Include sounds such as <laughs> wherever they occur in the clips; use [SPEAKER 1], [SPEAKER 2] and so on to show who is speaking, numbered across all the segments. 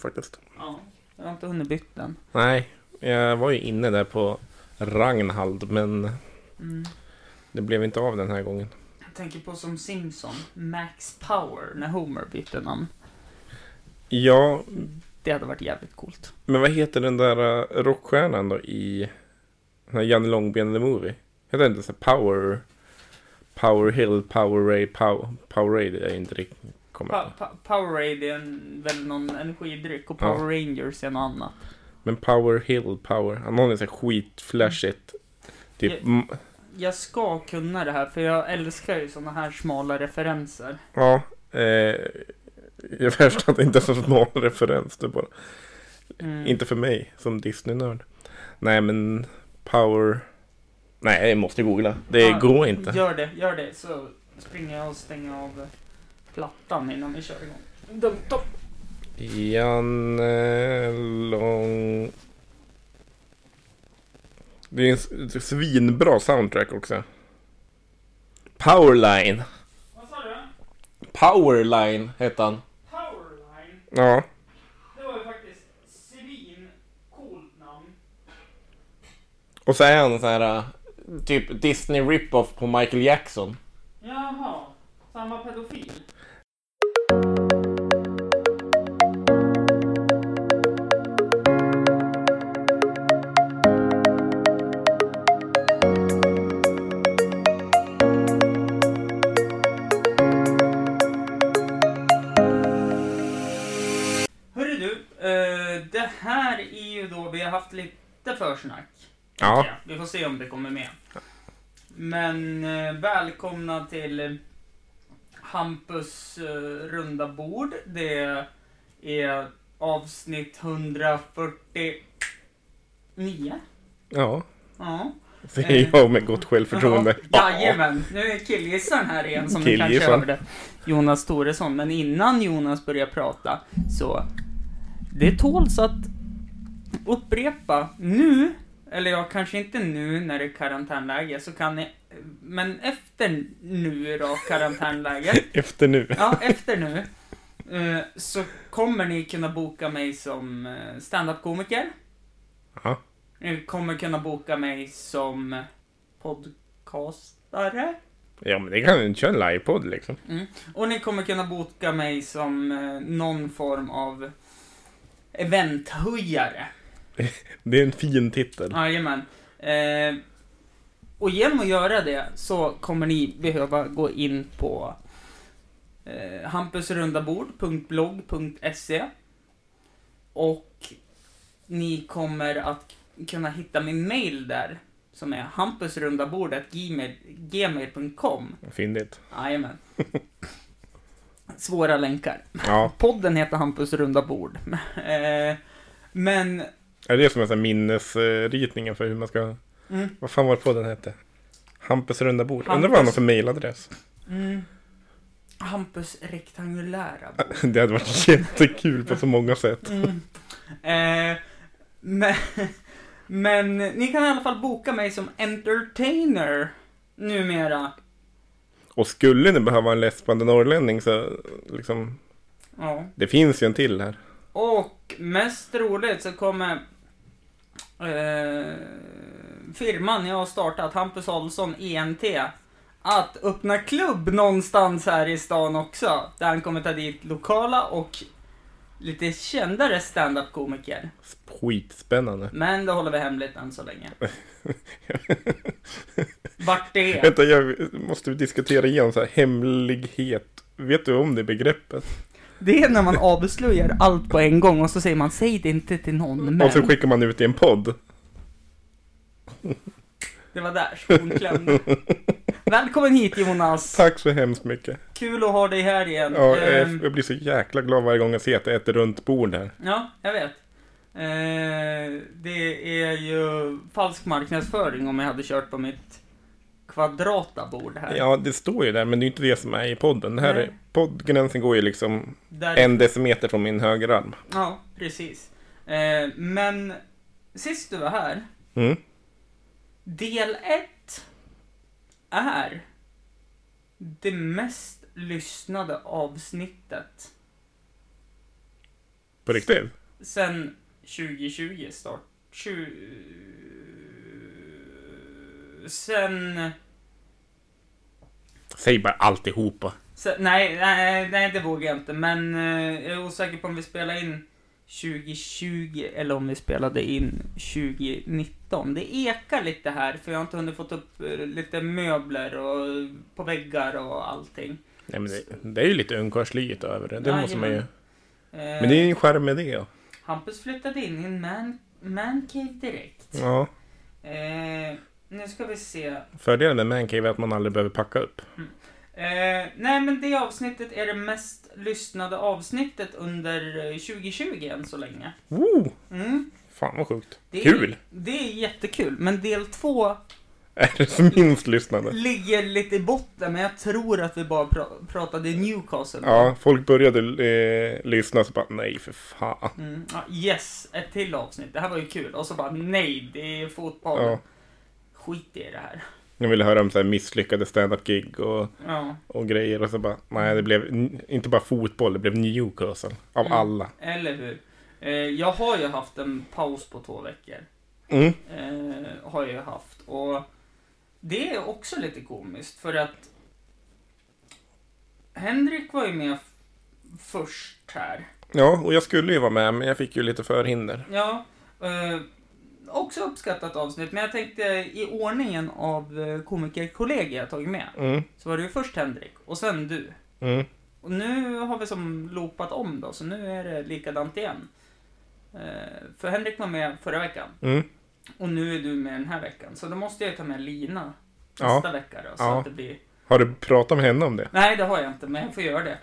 [SPEAKER 1] faktiskt.
[SPEAKER 2] Ja, jag har inte hunnit bytt den.
[SPEAKER 1] Nej, jag var ju inne där på Ragnhald, men
[SPEAKER 2] Mm.
[SPEAKER 1] det blev inte av den här gången.
[SPEAKER 2] Jag tänker på som Simpson, Max Power, när Homer bytte namn.
[SPEAKER 1] Ja,
[SPEAKER 2] Det hade varit jävligt coolt.
[SPEAKER 1] men vad heter den där eh, rockstjärnan då i den här Janne Långben The Movie? Heter den inte så här Power... Power Hill, Power Ray, Power... Powerade är inte riktigt... Kommer.
[SPEAKER 2] Pa- pa- Powerade är en, väl någon energidryck och
[SPEAKER 1] Ja.
[SPEAKER 2] Power Rangers är något annat.
[SPEAKER 1] Men Power Hill, Power... Någon är så här skitflashigt. Typ...
[SPEAKER 2] Ja.
[SPEAKER 1] mm,
[SPEAKER 2] Jag ska kunna det här för jag älskar ju såna här smala referenser.
[SPEAKER 1] Ja. Eh, jag förstår att det inte är så smal referens. Det är bara...
[SPEAKER 2] Mm.
[SPEAKER 1] Inte för mig som Disney-nörd. Nej, men Power... Nej, jag måste googla. Det
[SPEAKER 2] Ja,
[SPEAKER 1] går inte.
[SPEAKER 2] Gör det, gör det så springer jag och stänger av eh, plattan innan vi kör igång. Dum, dum.
[SPEAKER 1] Janne Lång... Det är en s- ett svinbra soundtrack också. Powerline.
[SPEAKER 2] Vad sa du?
[SPEAKER 1] Powerline hette han.
[SPEAKER 2] Powerline?
[SPEAKER 1] Ja.
[SPEAKER 2] Det var ju faktiskt svincoolt namn.
[SPEAKER 1] Och så är han så här... äh, Typ Disney rip-off på Michael Jackson.
[SPEAKER 2] Jaha, samma pedofil? Hörru du, eh, det här är ju då, vi har haft lite försnack.
[SPEAKER 1] Ja.
[SPEAKER 2] Ja, vi får se om det kommer med. Men eh, välkomna till eh, Hampus eh, runda bord. Det är avsnitt 149.
[SPEAKER 1] Ja.
[SPEAKER 2] Ja.
[SPEAKER 1] Säger <laughs> jag med gott självförtroende.
[SPEAKER 2] Ja, jajamän, nu är killgissaren här igen som ni kanske
[SPEAKER 1] Killgissaren.
[SPEAKER 2] hörde. Jonas Toresson. Men innan Jonas börjar prata så det tåls att upprepa nu, eller ja, kanske inte nu när det är karantänläge, så kan ni, men efter nu då, karantänläget,
[SPEAKER 1] Efter nu.
[SPEAKER 2] ja, efter nu, eh, så kommer ni kunna boka mig som eh, standup-komiker.
[SPEAKER 1] Ja.
[SPEAKER 2] Ni kommer kunna boka mig som podcastare.
[SPEAKER 1] Ja, men det kan du inte köra en livepodd liksom.
[SPEAKER 2] Och ni kommer kunna boka mig som eh, någon form av eventhöjare.
[SPEAKER 1] Det är en fin titel.
[SPEAKER 2] Jajamän. Eh, och genom att göra det så kommer ni behöva gå in på eh, hampusrundabord.blogg.se och ni kommer att kunna hitta min mail där som är hampusrundabord.gmail.com.
[SPEAKER 1] Fyndigt.
[SPEAKER 2] Jajamän. Svåra länkar.
[SPEAKER 1] Ja.
[SPEAKER 2] Podden heter Hampus runda bord. <laughs> Eh, Men,
[SPEAKER 1] Är det som en sån här minnesritningen för hur man ska...
[SPEAKER 2] mm,
[SPEAKER 1] Vad fan var det på den hette? Hampus runda bord. Undrar
[SPEAKER 2] Hampus-
[SPEAKER 1] vad han har för mejladress.
[SPEAKER 2] mm, Hampus rektangulära bord.
[SPEAKER 1] <laughs> Det hade varit <laughs> jättekul på så många sätt.
[SPEAKER 2] <laughs> Mm. Eh, men, <laughs> men ni kan i alla fall boka mig som entertainer numera.
[SPEAKER 1] Och skulle ni behöva en läspande norrlänning så liksom...
[SPEAKER 2] Ja.
[SPEAKER 1] Det finns ju en till här.
[SPEAKER 2] Och mest roligt så kommer eh, firman jag har startat, Hampus Olsson ENT, att öppna klubb någonstans här i stan också. Där han kommer ta dit lokala och lite kändare standup-komiker.
[SPEAKER 1] Skitspännande. <laughs>
[SPEAKER 2] Men det håller vi hemligt än så länge. Vart det är.
[SPEAKER 1] Vänta, jag måste diskutera igen så här hemlighet. Vet du om det begreppet?
[SPEAKER 2] Det är när man avslöjar allt på en gång och så säger man säg det inte till någon men.
[SPEAKER 1] Och så skickar man ut i en podd.
[SPEAKER 2] Det var där
[SPEAKER 1] <laughs>
[SPEAKER 2] skon klämde. Välkommen hit Jonas!
[SPEAKER 1] Tack så hemskt mycket.
[SPEAKER 2] Kul att ha dig här igen.
[SPEAKER 1] Ja, eh,
[SPEAKER 2] Ehm,
[SPEAKER 1] jag blir så jäkla glad varje gång jag ser att det är ett runt bord här.
[SPEAKER 2] ja jag vet. Eh, det är ju falsk marknadsföring om jag hade kört på mitt kvadrata bord här.
[SPEAKER 1] Ja, det står ju där, men det är ju inte det som är i podden. Det här
[SPEAKER 2] Nej.
[SPEAKER 1] är, poddgränsen går ju liksom
[SPEAKER 2] Där,
[SPEAKER 1] en decimeter från min högerarm.
[SPEAKER 2] ja precis. Eh, men sist du var här,
[SPEAKER 1] Mm.
[SPEAKER 2] del 1 är det mest lyssnade avsnittet
[SPEAKER 1] På riktigt?
[SPEAKER 2] Sen 2020 start. 20... Sen,
[SPEAKER 1] Säg bara alltihopa.
[SPEAKER 2] sen... Nej, nej, nej, det vågar jag inte. Men eh, jag är osäker på om vi spelade in 2020 eller om vi spelade in 2019. Det ekar lite här, för jag har inte hunnit fått upp eh, lite möbler och på väggar och allting.
[SPEAKER 1] Nej, men det, det är ju lite ungkarlslyet över det. Det
[SPEAKER 2] Ja,
[SPEAKER 1] måste man ju...
[SPEAKER 2] jajamän. Eh,
[SPEAKER 1] Men det är ju en charm med det. ja.
[SPEAKER 2] Hampus flyttade in i en man, man cave direkt.
[SPEAKER 1] Ja.
[SPEAKER 2] Eh, nu ska vi se.
[SPEAKER 1] Fördelen med mancave är att man aldrig behöver packa upp.
[SPEAKER 2] Eh, nej, men det avsnittet är det mest lyssnade avsnittet under eh, 2020 än så länge.
[SPEAKER 1] Woo!
[SPEAKER 2] Mm.
[SPEAKER 1] Fan vad sjukt.
[SPEAKER 2] Det är,
[SPEAKER 1] Kul! <laughs>
[SPEAKER 2] Det är jättekul, men del två
[SPEAKER 1] Är det som minst lyssnande?
[SPEAKER 2] ligger lite i botten, men jag tror att vi bara pra- pratade Newcastle.
[SPEAKER 1] Ja, folk började eh, lyssna så bara nej för fan.
[SPEAKER 2] Mm. ja, yes, ett till avsnitt. Det här var ju kul. Och så bara nej, det är fotboll.
[SPEAKER 1] Ja.
[SPEAKER 2] Skit i det här.
[SPEAKER 1] Jag ville höra om så här misslyckade stand-up-gig och,
[SPEAKER 2] Ja.
[SPEAKER 1] och grejer och så bara nej det blev n- inte bara fotboll, det blev Newcastle. Av
[SPEAKER 2] Mm.
[SPEAKER 1] alla.
[SPEAKER 2] Eller hur? Eh, jag har ju haft en paus på två veckor.
[SPEAKER 1] Mm.
[SPEAKER 2] Eh, har jag ju haft. Och det är också lite komiskt för att Henrik var ju med f- först här.
[SPEAKER 1] Ja, och jag skulle ju vara med men jag fick ju lite förhinder.
[SPEAKER 2] Ja, eh, också uppskattat avsnitt. Men jag tänkte i ordningen av eh, komikerkollegor jag tagit med.
[SPEAKER 1] Mm.
[SPEAKER 2] Så var det ju först Henrik och sen du.
[SPEAKER 1] Mm.
[SPEAKER 2] Och nu har vi som loopat om då, så nu är det likadant igen. Eh, för Henrik var med förra veckan
[SPEAKER 1] Mm.
[SPEAKER 2] och nu är du med den här veckan. Så då måste jag ju ta med Lina
[SPEAKER 1] Ja.
[SPEAKER 2] nästa vecka då, så
[SPEAKER 1] Ja.
[SPEAKER 2] att det blir...
[SPEAKER 1] Har du pratat med henne om det?
[SPEAKER 2] Nej, det har jag inte, men jag får göra
[SPEAKER 1] <laughs>
[SPEAKER 2] det.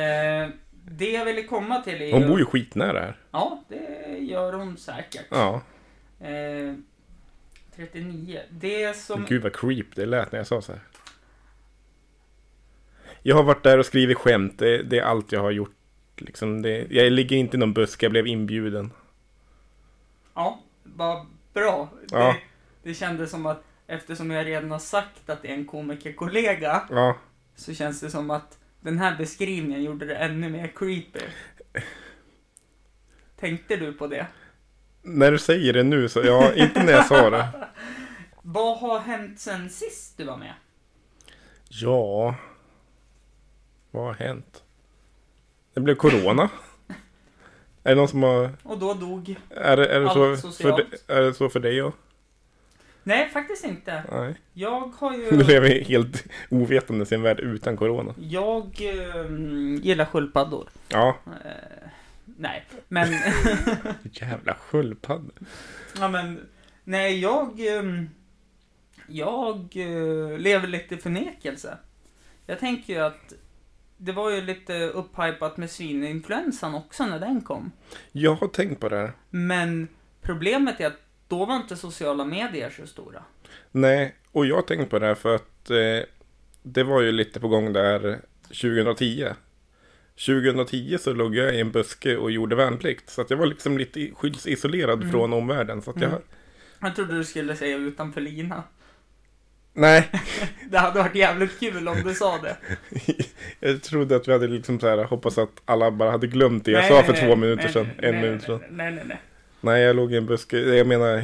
[SPEAKER 2] Eh, det jag ville komma till är
[SPEAKER 1] Hon bor ju skitnära här.
[SPEAKER 2] Ja, det gör hon säkert.
[SPEAKER 1] Ja.
[SPEAKER 2] Eh, 39. Det som...
[SPEAKER 1] Gud vad creep det lät när jag sa så här. Jag har varit där och skrivit skämt. Det, det är allt jag har gjort. Liksom det, jag ligger inte i någon buske. Jag blev inbjuden.
[SPEAKER 2] Ja, vad bra.
[SPEAKER 1] Ja.
[SPEAKER 2] Det, det kändes som att eftersom jag redan har sagt att det är en komikerkollega
[SPEAKER 1] Ja.
[SPEAKER 2] så känns det som att den här beskrivningen gjorde det ännu mer
[SPEAKER 1] <laughs>
[SPEAKER 2] creepy. Tänkte du på det?
[SPEAKER 1] När du säger det nu så, ja, inte när jag sa det.
[SPEAKER 2] Vad har hänt sen sist du var med?
[SPEAKER 1] Ja. Vad har hänt? Det blev
[SPEAKER 2] <laughs>
[SPEAKER 1] corona. Är det någon som har...
[SPEAKER 2] Och då dog...
[SPEAKER 1] Är det, är det,
[SPEAKER 2] Allt
[SPEAKER 1] så, för,
[SPEAKER 2] socialt.
[SPEAKER 1] dig- är det så för dig? Ja?
[SPEAKER 2] Nej, faktiskt inte.
[SPEAKER 1] Nej. <laughs>
[SPEAKER 2] Jag har
[SPEAKER 1] Du
[SPEAKER 2] ju...
[SPEAKER 1] lever helt ovetande i en värld utan corona.
[SPEAKER 2] Jag ehm, gillar sköldpaddor.
[SPEAKER 1] Ja.
[SPEAKER 2] Eh, nej, men... <laughs>
[SPEAKER 1] Jävla sköldpadda.
[SPEAKER 2] ja, men... Nej, jag... ehm, jag eh, lever lite i förnekelse. Jag tänker ju att det var ju lite upphypat med svininfluensan också när den kom.
[SPEAKER 1] Jag har tänkt på det här.
[SPEAKER 2] Men problemet är att då var inte sociala medier så stora.
[SPEAKER 1] Nej, och jag har tänkt på det här för att eh, det var ju lite på gång där 2010. 2010 så låg jag i en buske och gjorde värnplikt. Så att jag var liksom lite i- skyddsisolerad
[SPEAKER 2] Mm.
[SPEAKER 1] från omvärlden. Så att jag...
[SPEAKER 2] Mm. Jag trodde du skulle säga utanför lina.
[SPEAKER 1] Nej,
[SPEAKER 2] Det hade varit jävligt kul om du sa det.
[SPEAKER 1] jag trodde att vi hade liksom så här, hoppas att alla bara hade glömt det jag
[SPEAKER 2] Nej,
[SPEAKER 1] sa
[SPEAKER 2] nej,
[SPEAKER 1] för
[SPEAKER 2] nej,
[SPEAKER 1] två
[SPEAKER 2] nej,
[SPEAKER 1] minuter
[SPEAKER 2] nej,
[SPEAKER 1] sedan.
[SPEAKER 2] nej,
[SPEAKER 1] en minut
[SPEAKER 2] nej,
[SPEAKER 1] sedan.
[SPEAKER 2] Nej, nej, nej.
[SPEAKER 1] Nej, jag låg i en buske. Jag
[SPEAKER 2] <laughs>
[SPEAKER 1] menar...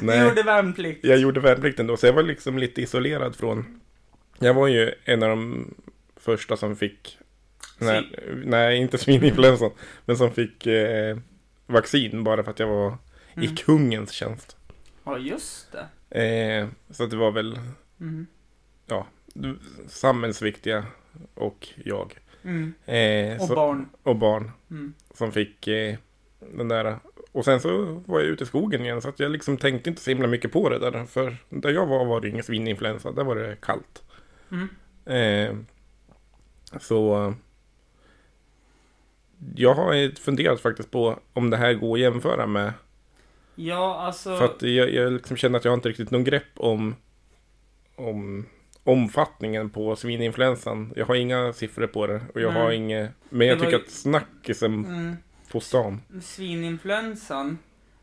[SPEAKER 2] Du gjorde värnplikt.
[SPEAKER 1] jag gjorde värnplikten då, så jag var liksom lite isolerad från... Jag var ju en av de första som fick... Nej, nej inte svininfluensan, men som fick eh, vaccin bara för att jag var i
[SPEAKER 2] Mm.
[SPEAKER 1] kungens tjänst.
[SPEAKER 2] Ja, just det.
[SPEAKER 1] Eh, så att det var väl
[SPEAKER 2] Mm.
[SPEAKER 1] samhällsviktiga och jag.
[SPEAKER 2] Mm.
[SPEAKER 1] Eh,
[SPEAKER 2] Och
[SPEAKER 1] så,
[SPEAKER 2] barn.
[SPEAKER 1] och barn
[SPEAKER 2] Mm.
[SPEAKER 1] som fick eh, den där. Och sen så var jag ute i skogen igen, så att jag liksom tänkte inte så himla mycket på det där. För där jag var var det ingen svininfluensa, där var det kallt.
[SPEAKER 2] Mm.
[SPEAKER 1] Eh, så eh, jag har ju funderat faktiskt på om det här går att jämföra med.
[SPEAKER 2] Ja, alltså.
[SPEAKER 1] För att jag, jag liksom känner att jag har inte riktigt någon grepp om, om omfattningen på svininfluensan. Jag har inga siffror på det och jag har
[SPEAKER 2] Nej.
[SPEAKER 1] inget. Men jag
[SPEAKER 2] Det var
[SPEAKER 1] tycker
[SPEAKER 2] ju-
[SPEAKER 1] att snackisen
[SPEAKER 2] Mm.
[SPEAKER 1] på stan.
[SPEAKER 2] Svininfluensan.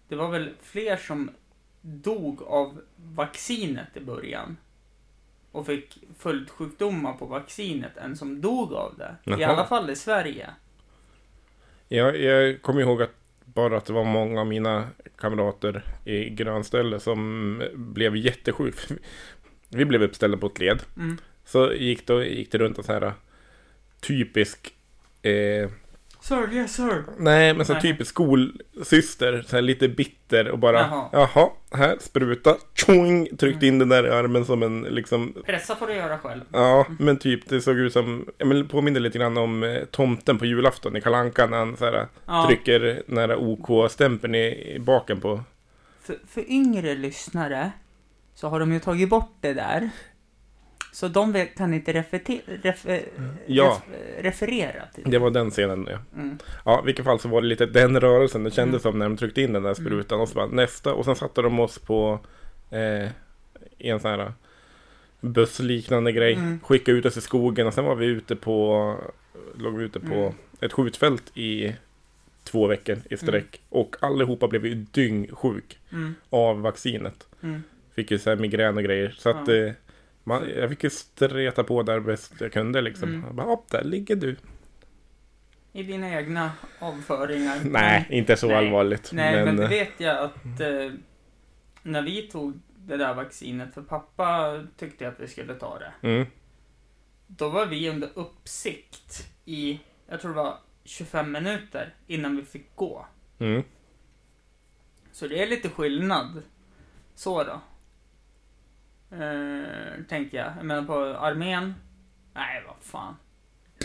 [SPEAKER 2] Det var väl fler som dog av vaccinet i början. Och fick följdsjukdomar på vaccinet än som dog av det. I
[SPEAKER 1] Jaha.
[SPEAKER 2] alla fall i Sverige.
[SPEAKER 1] Jag, jag kommer ihåg att bara att det var många av mina kamrater i grönställe som blev jättesjuka. Vi blev uppställda på ett led.
[SPEAKER 2] Mm.
[SPEAKER 1] Så gick det, gick det runt en sån här eh, typisk eh,
[SPEAKER 2] Sir, yes sir.
[SPEAKER 1] Nej, men så
[SPEAKER 2] Nej.
[SPEAKER 1] typiskt skolsyster, så här lite bitter och bara
[SPEAKER 2] Jaha.
[SPEAKER 1] Jaha, här, spruta, tjoing, tryckte in den där i armen som en liksom
[SPEAKER 2] Pressa får du göra själv.
[SPEAKER 1] Ja, men typ det såg ut som, ja men det påminner lite grann om eh, tomten på julafton i Kalanka när han så här,
[SPEAKER 2] Ja.
[SPEAKER 1] trycker nära OK-stämpeln i, i baken på
[SPEAKER 2] För, för yngre lyssnare så har de ju tagit bort det där. Så de vet- kan inte refete- refe-
[SPEAKER 1] Mm. Ja.
[SPEAKER 2] ref- referera till det.
[SPEAKER 1] Det var den scenen ja.
[SPEAKER 2] Mm.
[SPEAKER 1] Ja, i vilket fall så var det lite den rörelsen det kändes som när de tryckte in den där sprutan
[SPEAKER 2] Mm.
[SPEAKER 1] och så bara nästa och sen satte de oss på eh, i en sån här eh, bussliknande grej,
[SPEAKER 2] Mm.
[SPEAKER 1] skickade ut oss i skogen och sen var vi ute på låg vi ute på
[SPEAKER 2] Mm.
[SPEAKER 1] ett skjutfält i två veckor i sträck och allihopa blev ju dyngsjuk
[SPEAKER 2] Mm,
[SPEAKER 1] av vaccinet.
[SPEAKER 2] mm.
[SPEAKER 1] Fick ju så här migrän och grejer så att
[SPEAKER 2] Ja.
[SPEAKER 1] eh, man, jag fick ju streta på där bäst jag kunde liksom.
[SPEAKER 2] Mm.
[SPEAKER 1] Jag bara, "Ja, där ligger du.
[SPEAKER 2] I dina egna avföringar.
[SPEAKER 1] <laughs> Nej, inte så
[SPEAKER 2] <laughs> Nej.
[SPEAKER 1] allvarligt.
[SPEAKER 2] Nej, men, det
[SPEAKER 1] eh, mm.
[SPEAKER 2] vet jag att eh, när vi tog det där vaccinet, för pappa tyckte att vi skulle ta det,
[SPEAKER 1] mm.
[SPEAKER 2] då var vi under uppsikt i, jag tror det var 25 minuter innan vi fick gå.
[SPEAKER 1] Mm.
[SPEAKER 2] Så det är lite skillnad. Så då. Eh, tänker jag. Jag menar på armén. Nej, vad fan.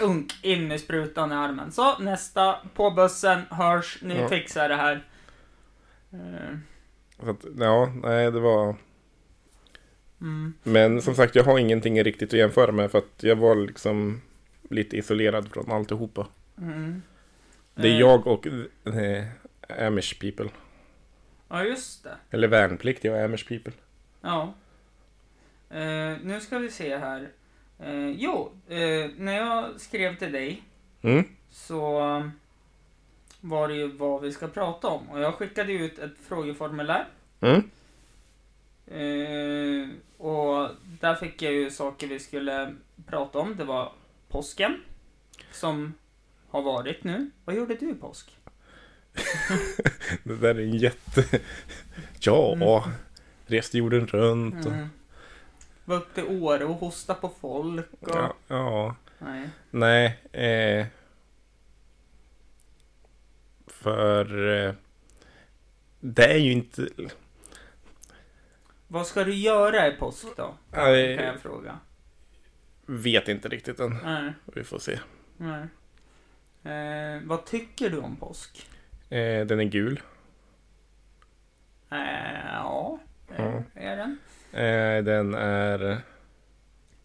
[SPEAKER 2] Unk, in med sprutan i armen. Så, nästa. På bussen, hörs, ni
[SPEAKER 1] Ja.
[SPEAKER 2] fixar det här. Eh,
[SPEAKER 1] Så att, ja, nej det var...
[SPEAKER 2] mm.
[SPEAKER 1] Men som sagt, jag har ingenting riktigt att jämföra med för att jag var liksom lite isolerad från alltihopa.
[SPEAKER 2] Mm.
[SPEAKER 1] Det är
[SPEAKER 2] Eh,
[SPEAKER 1] jag och eh, Amish people.
[SPEAKER 2] Ja, just det.
[SPEAKER 1] Eller värnpliktiga och Amish people.
[SPEAKER 2] Ja. Eh, nu ska vi se här. Eh, jo, eh, när jag skrev till dig
[SPEAKER 1] Mm.
[SPEAKER 2] så um, var det ju vad vi ska prata om. Och jag skickade ju ut ett frågeformulär.
[SPEAKER 1] Mm. <laughs>
[SPEAKER 2] Eh, och där fick jag ju saker vi skulle prata om. Det var påsken, som har varit nu. Vad gjorde du i påsk?
[SPEAKER 1] Det där är en jätte... <laughs> ja, reste jorden runt och...
[SPEAKER 2] Mm. Var upp till Åre och hosta på folk. Och...
[SPEAKER 1] Ja, ja.
[SPEAKER 2] Nej.
[SPEAKER 1] Nej. Eh, för... Eh, det är ju inte...
[SPEAKER 2] Vad ska du göra i påsk då? Kan
[SPEAKER 1] Jag
[SPEAKER 2] jag fråga.
[SPEAKER 1] eh, vet inte riktigt än.
[SPEAKER 2] Nej,
[SPEAKER 1] Vi får se.
[SPEAKER 2] nej. Eh, vad tycker du om påsk?
[SPEAKER 1] Eh, den är gul.
[SPEAKER 2] Eh, ja, eh,
[SPEAKER 1] Ja.
[SPEAKER 2] är den.
[SPEAKER 1] Eh, den är...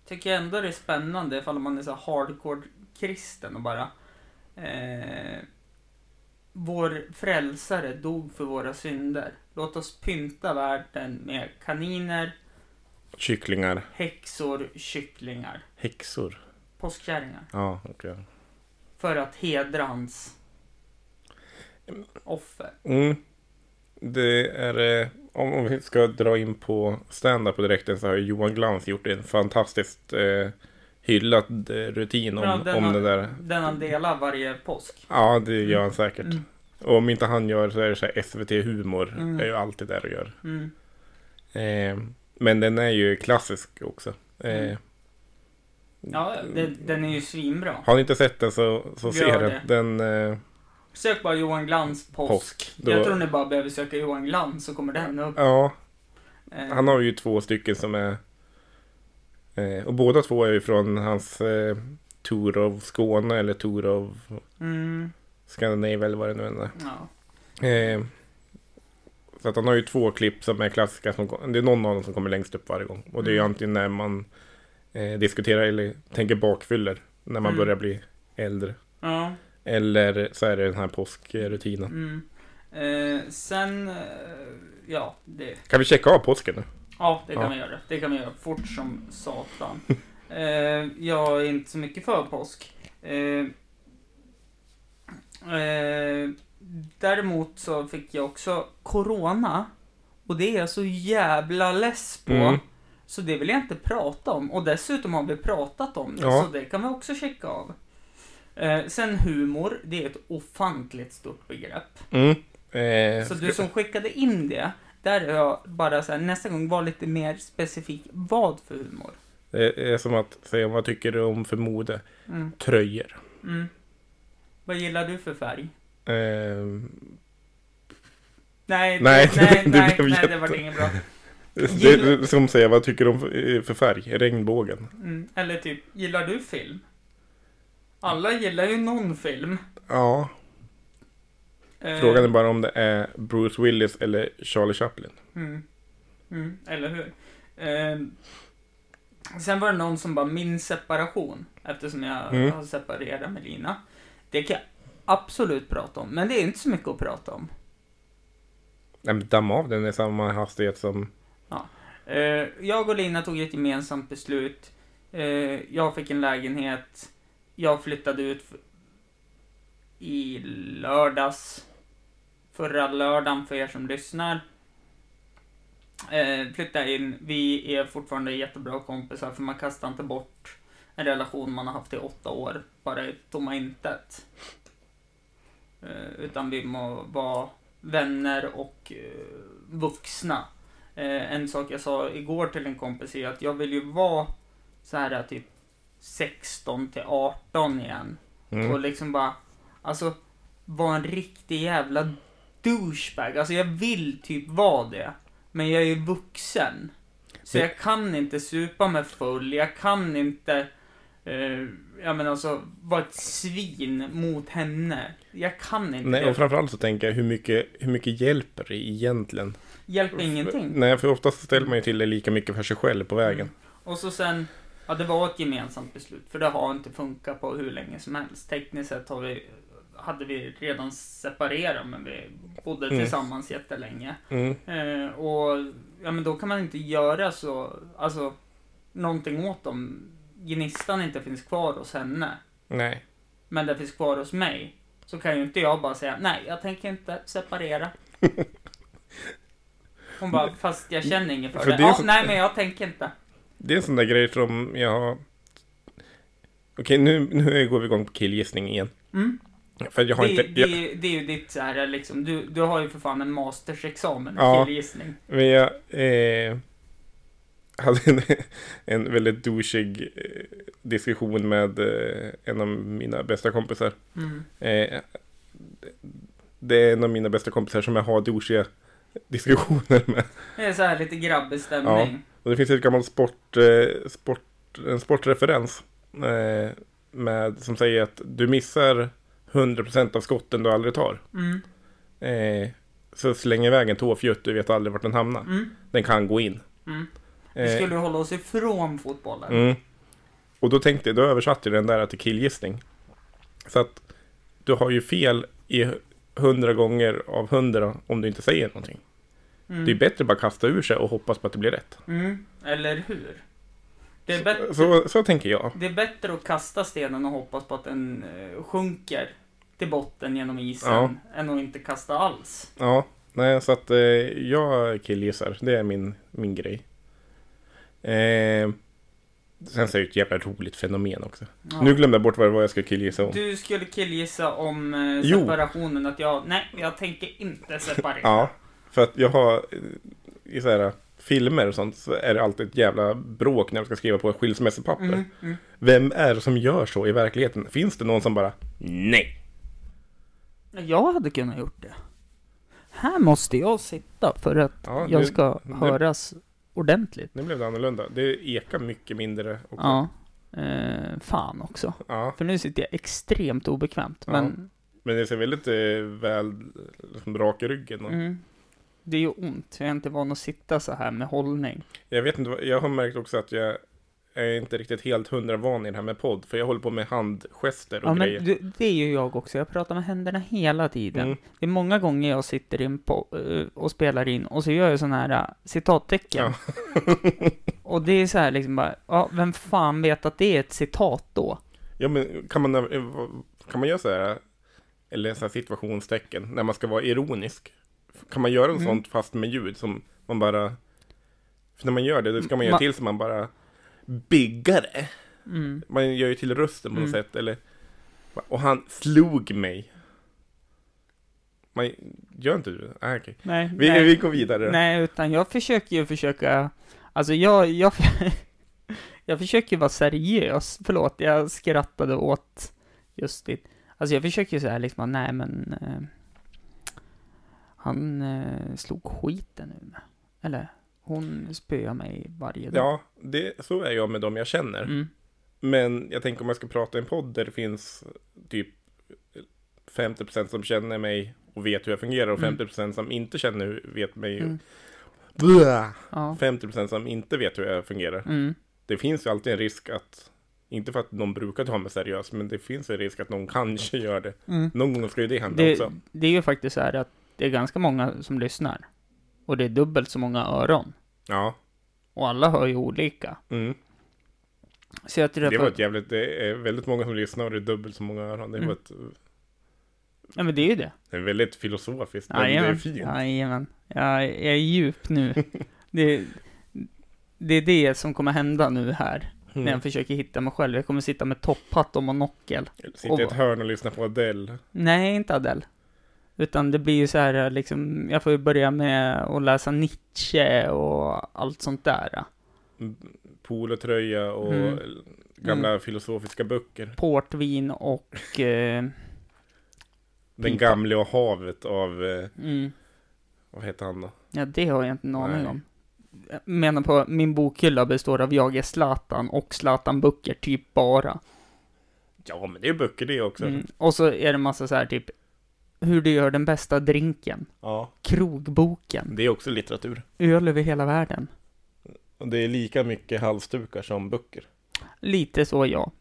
[SPEAKER 2] Tycker jag ändå det är spännande ifall man är så hardcore kristen och bara eh, Vår frälsare dog för våra synder. Låt oss pynta världen med kaniner,
[SPEAKER 1] Kycklingar.
[SPEAKER 2] häxor, kycklingar,
[SPEAKER 1] Häxor.
[SPEAKER 2] påskkärringar.
[SPEAKER 1] Ja, okej.
[SPEAKER 2] För att hedra hans offer.
[SPEAKER 1] Mm. Det är... Eh, om om vi ska dra in på stand-up på direkten så har ju Johan Glans gjort en fantastiskt eh, hyllad eh, rutin om,
[SPEAKER 2] Ja, den
[SPEAKER 1] om
[SPEAKER 2] har-
[SPEAKER 1] det där.
[SPEAKER 2] Den han delar varje påsk.
[SPEAKER 1] Ja, det gör han säkert.
[SPEAKER 2] Mm.
[SPEAKER 1] Och om inte han gör så är det så här SVT Humor.
[SPEAKER 2] Mm.
[SPEAKER 1] är ju alltid där och gör.
[SPEAKER 2] Mm.
[SPEAKER 1] Eh, men den är ju klassisk också. Eh,
[SPEAKER 2] Mm. Ja, det, den är ju svinbra.
[SPEAKER 1] Har ni inte sett den så, så
[SPEAKER 2] Gör
[SPEAKER 1] se
[SPEAKER 2] det.
[SPEAKER 1] den. den eh,
[SPEAKER 2] Sök bara Johan Glans påsk.
[SPEAKER 1] Påsk. Då-
[SPEAKER 2] Jag tror ni bara behöver söka Johan Glans så kommer den upp.
[SPEAKER 1] ja,
[SPEAKER 2] Eh,
[SPEAKER 1] han har ju två stycken som är... Eh, och båda två är ju från hans eh, Tour av Skåne eller Tour av
[SPEAKER 2] mm.
[SPEAKER 1] Scandinavia eller vad det nu än är.
[SPEAKER 2] Ja.
[SPEAKER 1] Eh, så att han har ju två klipp som är klassiska. Som, det är någon av dem som kommer längst upp varje gång. Och det är ju
[SPEAKER 2] Mm.
[SPEAKER 1] antingen när man eh, diskuterar eller tänker bakfyller. När man
[SPEAKER 2] Mm.
[SPEAKER 1] börjar bli äldre.
[SPEAKER 2] ja.
[SPEAKER 1] Eller så är det den här påskrutinen.
[SPEAKER 2] Mm. Eh, sen, eh, ja, det,
[SPEAKER 1] Kan vi checka av påsken nu?
[SPEAKER 2] ja, det kan
[SPEAKER 1] Ja.
[SPEAKER 2] vi göra. Det kan vi göra fort som satan.
[SPEAKER 1] <laughs>
[SPEAKER 2] Eh, jag är inte så mycket för påsk. Eh, eh, däremot så fick jag också corona. Och det är jag så jävla less på.
[SPEAKER 1] Mm.
[SPEAKER 2] Så det vill jag inte prata om. Och dessutom har vi pratat om det,
[SPEAKER 1] Ja.
[SPEAKER 2] så det kan vi också checka av. Eh, sen humor, det är ett ofantligt stort begrepp.
[SPEAKER 1] Mm. Eh,
[SPEAKER 2] Så du som skickade in det, där är jag bara så här, nästa gång var lite mer specifik. Vad för humor?
[SPEAKER 1] Det är som att säga vad tycker du om för mode?
[SPEAKER 2] Mm.
[SPEAKER 1] Tröjor.
[SPEAKER 2] Mm. Vad gillar du för färg?
[SPEAKER 1] Ehm,
[SPEAKER 2] Nej,
[SPEAKER 1] Nej, <laughs>
[SPEAKER 2] det, nej,
[SPEAKER 1] det
[SPEAKER 2] nej,
[SPEAKER 1] blev
[SPEAKER 2] nej, det
[SPEAKER 1] jätte-
[SPEAKER 2] var inget bra.
[SPEAKER 1] det,
[SPEAKER 2] Gillar-
[SPEAKER 1] det, som säger vad tycker du om för, för färg? Regnbågen.
[SPEAKER 2] Mm. Eller typ, gillar du film? Alla gillar ju någon film.
[SPEAKER 1] Ja,
[SPEAKER 2] Eh,
[SPEAKER 1] frågan är bara om det är Bruce Willis eller Charlie Chaplin.
[SPEAKER 2] Mm. Mm, eller hur? Ehm, sen var det någon som bara, min separation, eftersom jag
[SPEAKER 1] Mm.
[SPEAKER 2] har separerat med Lina. Det kan jag absolut prata om, men det är inte så mycket att prata om.
[SPEAKER 1] Nej men damm av den i samma hastighet som...
[SPEAKER 2] Eh, jag och Lina tog ett gemensamt beslut. Eh, jag fick en lägenhet. Jag flyttade ut f- i lördags. Förra lördagen för er som lyssnar. Eh, flyttade in. Vi är fortfarande jättebra kompisar för man kastar inte bort en relation man har haft i åtta år bara i tomma intet. Eh, utan vi må vara vänner och eh, vuxna. Eh, en sak jag sa igår till en kompis är att jag vill ju vara så här typ 16 till 18 igen. Och
[SPEAKER 1] Mm.
[SPEAKER 2] liksom bara, alltså vara en riktig jävla douchebag. Alltså jag vill typ vara det. Men jag är ju vuxen. Så
[SPEAKER 1] Men-
[SPEAKER 2] jag kan inte supa mig full, jag kan inte, eh, jag menar alltså, vara ett svin mot henne. Jag kan inte
[SPEAKER 1] Nej,
[SPEAKER 2] det.
[SPEAKER 1] och framförallt så tänker jag hur mycket, hur mycket hjälper det egentligen?
[SPEAKER 2] Hjälper ingenting.
[SPEAKER 1] Nej, för oftast ställer man ju till det lika mycket för sig själv på vägen.
[SPEAKER 2] Mm. Och så sen, ja det var ett gemensamt beslut, för det har inte funkat på hur länge som helst. Tekniskt sett har vi, hade vi redan separerat, men vi bodde
[SPEAKER 1] Mm.
[SPEAKER 2] tillsammans jättelänge.
[SPEAKER 1] Mm.
[SPEAKER 2] Eh, och ja, men då kan man inte göra så, alltså, någonting åt dem. Gnistan inte finns kvar hos henne,
[SPEAKER 1] Nej.
[SPEAKER 2] men den finns kvar hos mig. Så kan ju inte jag bara säga, nej, jag tänker inte
[SPEAKER 1] <laughs>
[SPEAKER 2] separera. Hon bara, fast jag känner inget för,
[SPEAKER 1] För
[SPEAKER 2] det.
[SPEAKER 1] det är
[SPEAKER 2] ja,
[SPEAKER 1] så-
[SPEAKER 2] Nej, men jag tänker inte.
[SPEAKER 1] Det är en sån där grej som jag har... Okej, nu, nu går vi igång på killgissning igen.
[SPEAKER 2] Mm.
[SPEAKER 1] För jag har
[SPEAKER 2] det,
[SPEAKER 1] inte...
[SPEAKER 2] det,
[SPEAKER 1] jag,
[SPEAKER 2] det är ju ditt så här, liksom, du, du har ju för fan en mastersexamen i
[SPEAKER 1] Ja.
[SPEAKER 2] killgissning.
[SPEAKER 1] men jag eh, hade en, en väldigt douchig eh, diskussion med eh, en av mina bästa kompisar.
[SPEAKER 2] Mm.
[SPEAKER 1] Eh, det är en av mina bästa kompisar som jag har douchiga diskussioner med.
[SPEAKER 2] Det är så här lite grabbig stämning.
[SPEAKER 1] Och det finns ett gammalt sport, eh, sport, en sportreferens eh, med, som säger att du missar 100% av skotten du aldrig tar.
[SPEAKER 2] Mm.
[SPEAKER 1] Eh, så släng iväg en tåfjutt, du vet aldrig vart den hamnar.
[SPEAKER 2] Mm.
[SPEAKER 1] Den kan gå in.
[SPEAKER 2] Mm. Vi
[SPEAKER 1] Eh,
[SPEAKER 2] skulle ju hålla oss ifrån fotbollen.
[SPEAKER 1] mm. Och då tänkte jag, då översatte jag den där till killgissning. Så att du har ju fel i hundra gånger av hundra om du inte säger någonting.
[SPEAKER 2] Mm.
[SPEAKER 1] Det är bättre att bara kasta ur sig och hoppas på att det blir rätt.
[SPEAKER 2] mm. Eller hur? Det är, bättre,
[SPEAKER 1] Så, så tänker jag.
[SPEAKER 2] det är bättre att kasta stenen och hoppas på att den eh, sjunker till botten genom isen
[SPEAKER 1] Ja.
[SPEAKER 2] än att inte kasta alls.
[SPEAKER 1] Ja, nej, så att eh, jag killgissar. Det är min, min grej. Eh, sen så är det ett jävla roligt fenomen också.
[SPEAKER 2] Ja.
[SPEAKER 1] Nu glömde jag bort vad det var jag skulle killgissa om.
[SPEAKER 2] Du skulle killgissa om eh,
[SPEAKER 1] Jo.
[SPEAKER 2] separationen, att jag, nej, jag tänker inte separera.
[SPEAKER 1] Ja, för att jag har eh, i så här, filmer och sånt så är det alltid ett jävla bråk när de ska skriva på skilsmässopapper.
[SPEAKER 2] Mm, mm.
[SPEAKER 1] Vem är det som gör så i verkligheten? Finns det någon som bara nej?
[SPEAKER 2] Jag hade kunnat gjort det. Här måste jag sitta för att
[SPEAKER 1] Ja,
[SPEAKER 2] jag
[SPEAKER 1] nu-
[SPEAKER 2] ska
[SPEAKER 1] nu-
[SPEAKER 2] höras ordentligt.
[SPEAKER 1] Nu blev det annorlunda. Det ekar mycket mindre. Också.
[SPEAKER 2] Ja. Eh, fan också.
[SPEAKER 1] ja.
[SPEAKER 2] För nu sitter jag extremt obekvämt.
[SPEAKER 1] Ja.
[SPEAKER 2] Men
[SPEAKER 1] Men det ser väldigt eh, väl liksom, rak i ryggen. Och...
[SPEAKER 2] mm, det är ju ont. Jag är inte van att sitta så här med hållning.
[SPEAKER 1] Jag vet inte, vad- jag har märkt också att jag är inte riktigt helt hundra van i det här med podd. För jag håller på med handgester och
[SPEAKER 2] Ja,
[SPEAKER 1] grejer.
[SPEAKER 2] men du, det är ju jag också. Jag pratar med händerna hela tiden.
[SPEAKER 1] Mm.
[SPEAKER 2] Det är många gånger jag sitter in på, eh, och spelar in och så gör jag sådana här eh,
[SPEAKER 1] <laughs>
[SPEAKER 2] citattecken. och det är så här liksom bara, ja, vem fan vet att det är ett citat då?
[SPEAKER 1] Ja, men kan man, eh, vad- kan man göra så här, eller så här situationstecken, när man ska vara ironisk? Kan man göra något
[SPEAKER 2] Mm.
[SPEAKER 1] sånt fast med ljud som man bara... För när man gör det, då ska man göra
[SPEAKER 2] Ma-
[SPEAKER 1] till så man bara byggar det.
[SPEAKER 2] Mm.
[SPEAKER 1] Man gör ju till rösten på något
[SPEAKER 2] Mm.
[SPEAKER 1] sätt, eller... Och han slog mig. Man, gör inte du det? Ah, okej.
[SPEAKER 2] Nej,
[SPEAKER 1] vi,
[SPEAKER 2] nej.
[SPEAKER 1] vi går vidare.
[SPEAKER 2] Nej, utan jag försöker ju försöka, alltså jag, jag, <laughs> jag försöker vara seriös, förlåt, jag skrattade åt just det. Alltså jag försöker ju säga liksom, nej men, eh, han eh, slog skiten ur mig. Eller, hon spöar mig varje dag.
[SPEAKER 1] Ja, det, så är jag med dem jag känner.
[SPEAKER 2] Mm.
[SPEAKER 1] Men jag tänker om jag ska prata i en podd där det finns typ 50% som känner mig och vet hur jag fungerar och
[SPEAKER 2] Mm.
[SPEAKER 1] 50% som inte känner hur- vet mig.
[SPEAKER 2] Mm.
[SPEAKER 1] Blah!
[SPEAKER 2] Ja.
[SPEAKER 1] 50% som inte vet hur jag fungerar.
[SPEAKER 2] Mm.
[SPEAKER 1] Det finns ju alltid en risk att, inte för att någon brukar ta mig seriöst, men det finns en risk att någon kanske gör det.
[SPEAKER 2] Mm.
[SPEAKER 1] Någon gång ska ju det hända
[SPEAKER 2] Det,
[SPEAKER 1] också.
[SPEAKER 2] det är ju faktiskt så här att det är ganska många som lyssnar. Och det är dubbelt så många öron.
[SPEAKER 1] Ja.
[SPEAKER 2] Och alla hör ju olika.
[SPEAKER 1] Mm.
[SPEAKER 2] Så jag tror
[SPEAKER 1] Det
[SPEAKER 2] därför-
[SPEAKER 1] var ett jävligt, det är väldigt många som lyssnar och det är dubbelt så många öron. Det
[SPEAKER 2] Mm.
[SPEAKER 1] var ett,
[SPEAKER 2] Nej men det är ju det.
[SPEAKER 1] det är väldigt filosofiskt, men det är
[SPEAKER 2] Jajamän.
[SPEAKER 1] fint.
[SPEAKER 2] Jajamän. Jag, jag är djup nu.
[SPEAKER 1] <laughs>
[SPEAKER 2] Det, det är det som kommer hända nu här. När
[SPEAKER 1] Mm.
[SPEAKER 2] jag försöker hitta mig själv. Jag kommer sitta med topphatt och monokel.
[SPEAKER 1] Sitta i ett hörn och lyssna på Adele.
[SPEAKER 2] Nej, inte Adele. Utan det blir ju så här liksom, jag får ju börja med att läsa Nietzsche och allt sånt där.
[SPEAKER 1] polotröja och
[SPEAKER 2] Mm.
[SPEAKER 1] gamla filosofiska böcker.
[SPEAKER 2] Portvin och... Eh,
[SPEAKER 1] Den
[SPEAKER 2] Pipa.
[SPEAKER 1] gamle och havet av, eh,
[SPEAKER 2] mm,
[SPEAKER 1] vad heter han då?
[SPEAKER 2] ja, det har jag inte en aning
[SPEAKER 1] Nej.
[SPEAKER 2] om. Jag menar på, min bokhylla består av Jag är Zlatan och Zlatan-böcker, typ bara.
[SPEAKER 1] Ja, men det är böcker det också.
[SPEAKER 2] Mm. Och så är det massa så här typ hur du gör den bästa drinken,
[SPEAKER 1] Ja,
[SPEAKER 2] krogboken,
[SPEAKER 1] det är också litteratur.
[SPEAKER 2] öl över hela världen.
[SPEAKER 1] Och det är lika mycket halsdukar som böcker.
[SPEAKER 2] Lite så ja.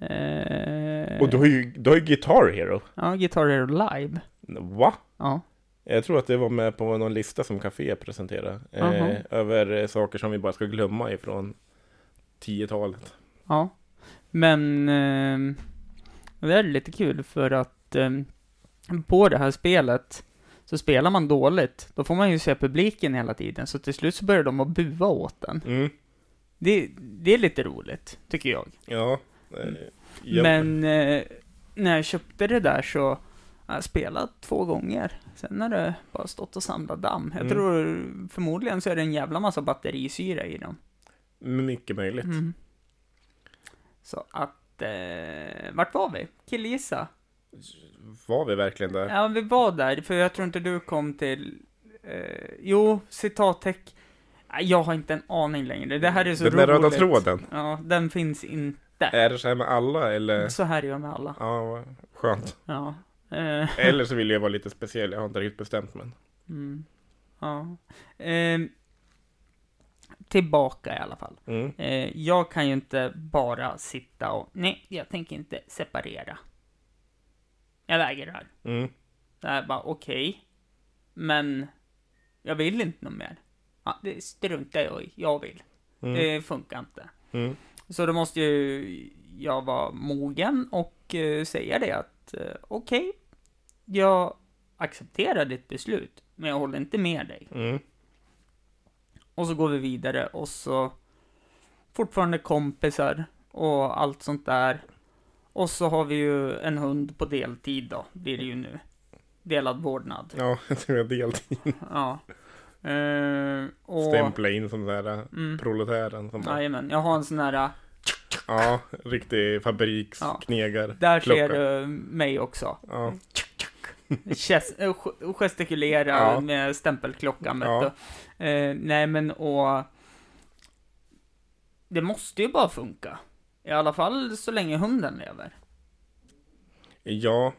[SPEAKER 2] Eh,
[SPEAKER 1] Och du har ju, du har ju Guitar Hero.
[SPEAKER 2] Ja, Guitar Hero Live.
[SPEAKER 1] Va?
[SPEAKER 2] Ja.
[SPEAKER 1] Jag tror att det var med på någon lista som Café presenterade.
[SPEAKER 2] Jaha.
[SPEAKER 1] Eh, över eh, saker som vi bara ska glömma ifrån 10-talet.
[SPEAKER 2] ja. Men ehm, det är lite kul för att ehm, på det här spelet så spelar man dåligt. Då får man ju se publiken hela tiden, så till slut så börjar de att bua åt den.
[SPEAKER 1] Mm.
[SPEAKER 2] Det, det är lite roligt, tycker jag.
[SPEAKER 1] Ja. Eh,
[SPEAKER 2] Mm.
[SPEAKER 1] ja.
[SPEAKER 2] Men eh, när jag köpte det där så har jag spelat två gånger. Sen har det bara stått och samlat damm. Jag
[SPEAKER 1] Mm.
[SPEAKER 2] tror förmodligen så är det en jävla massa batterisyra i dem.
[SPEAKER 1] Mycket möjligt.
[SPEAKER 2] Mm. Så att, eh, vart var vi? Killgissa?
[SPEAKER 1] Var vi verkligen där?
[SPEAKER 2] Ja, vi var där, för jag tror inte du kom till... Eh, jo, citatteck. Nej, Jag har inte en aning längre. Det här är så
[SPEAKER 1] Den där
[SPEAKER 2] roligt.
[SPEAKER 1] röda tråden.
[SPEAKER 2] Ja, den finns inte.
[SPEAKER 1] Är det så här med alla eller?
[SPEAKER 2] Så här gör jag med alla.
[SPEAKER 1] Ja, vad skönt.
[SPEAKER 2] Ja. Eh.
[SPEAKER 1] Eller så vill jag vara lite speciell, jag har inte riktigt bestämt men.
[SPEAKER 2] Mm. Ja. Ehm, tillbaka i alla fall.
[SPEAKER 1] Mm.
[SPEAKER 2] Eh, jag kan ju inte bara sitta och, nej, jag tänker inte separera. Jag vägrar.
[SPEAKER 1] Mm.
[SPEAKER 2] Det här är bara okej, men jag vill inte något mer. Ja, det struntar jag i, jag vill.
[SPEAKER 1] Mm.
[SPEAKER 2] Det funkar inte.
[SPEAKER 1] Mm.
[SPEAKER 2] Så då måste ju jag vara mogen och eh, säga det att eh, okej, jag accepterar ditt beslut, men jag håller inte med dig.
[SPEAKER 1] Mm.
[SPEAKER 2] Och så går vi vidare och så fortfarande kompisar och allt sånt där. Och så har vi ju en hund på deltid då, blir det ju nu. Delad vårdnad.
[SPEAKER 1] Ja, <laughs> jag tror jag deltid.
[SPEAKER 2] Ja. Eh, och...
[SPEAKER 1] Stämpla in som den där
[SPEAKER 2] Mm.
[SPEAKER 1] proletären. Som bara,
[SPEAKER 2] Jajamän, jag har en sån här,
[SPEAKER 1] ja, riktig fabriksknegare.
[SPEAKER 2] där ser
[SPEAKER 1] Klocka.
[SPEAKER 2] du mig också.
[SPEAKER 1] Ja.
[SPEAKER 2] Gest- eh, ge- gestikulera
[SPEAKER 1] Ja.
[SPEAKER 2] med stämpelklockan.
[SPEAKER 1] Ja.
[SPEAKER 2] Ja. Eh, nej men och... Det måste ju bara funka. I alla fall så länge hunden lever.
[SPEAKER 1] ja,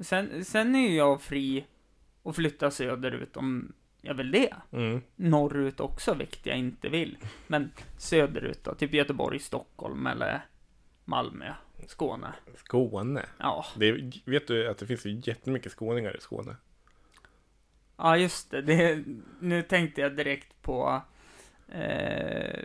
[SPEAKER 2] Sen, sen är ju jag fri att flytta söderut om jag vill det.
[SPEAKER 1] mm.
[SPEAKER 2] Norrut också, vilket jag inte vill. Men söderut då, typ Göteborg, Stockholm eller Malmö, Skåne.
[SPEAKER 1] Skåne.
[SPEAKER 2] Ja,
[SPEAKER 1] Det, är- vet du att det finns ju jättemycket skåningar i Skåne?
[SPEAKER 2] ja just det. det. Nu tänkte jag direkt på eh,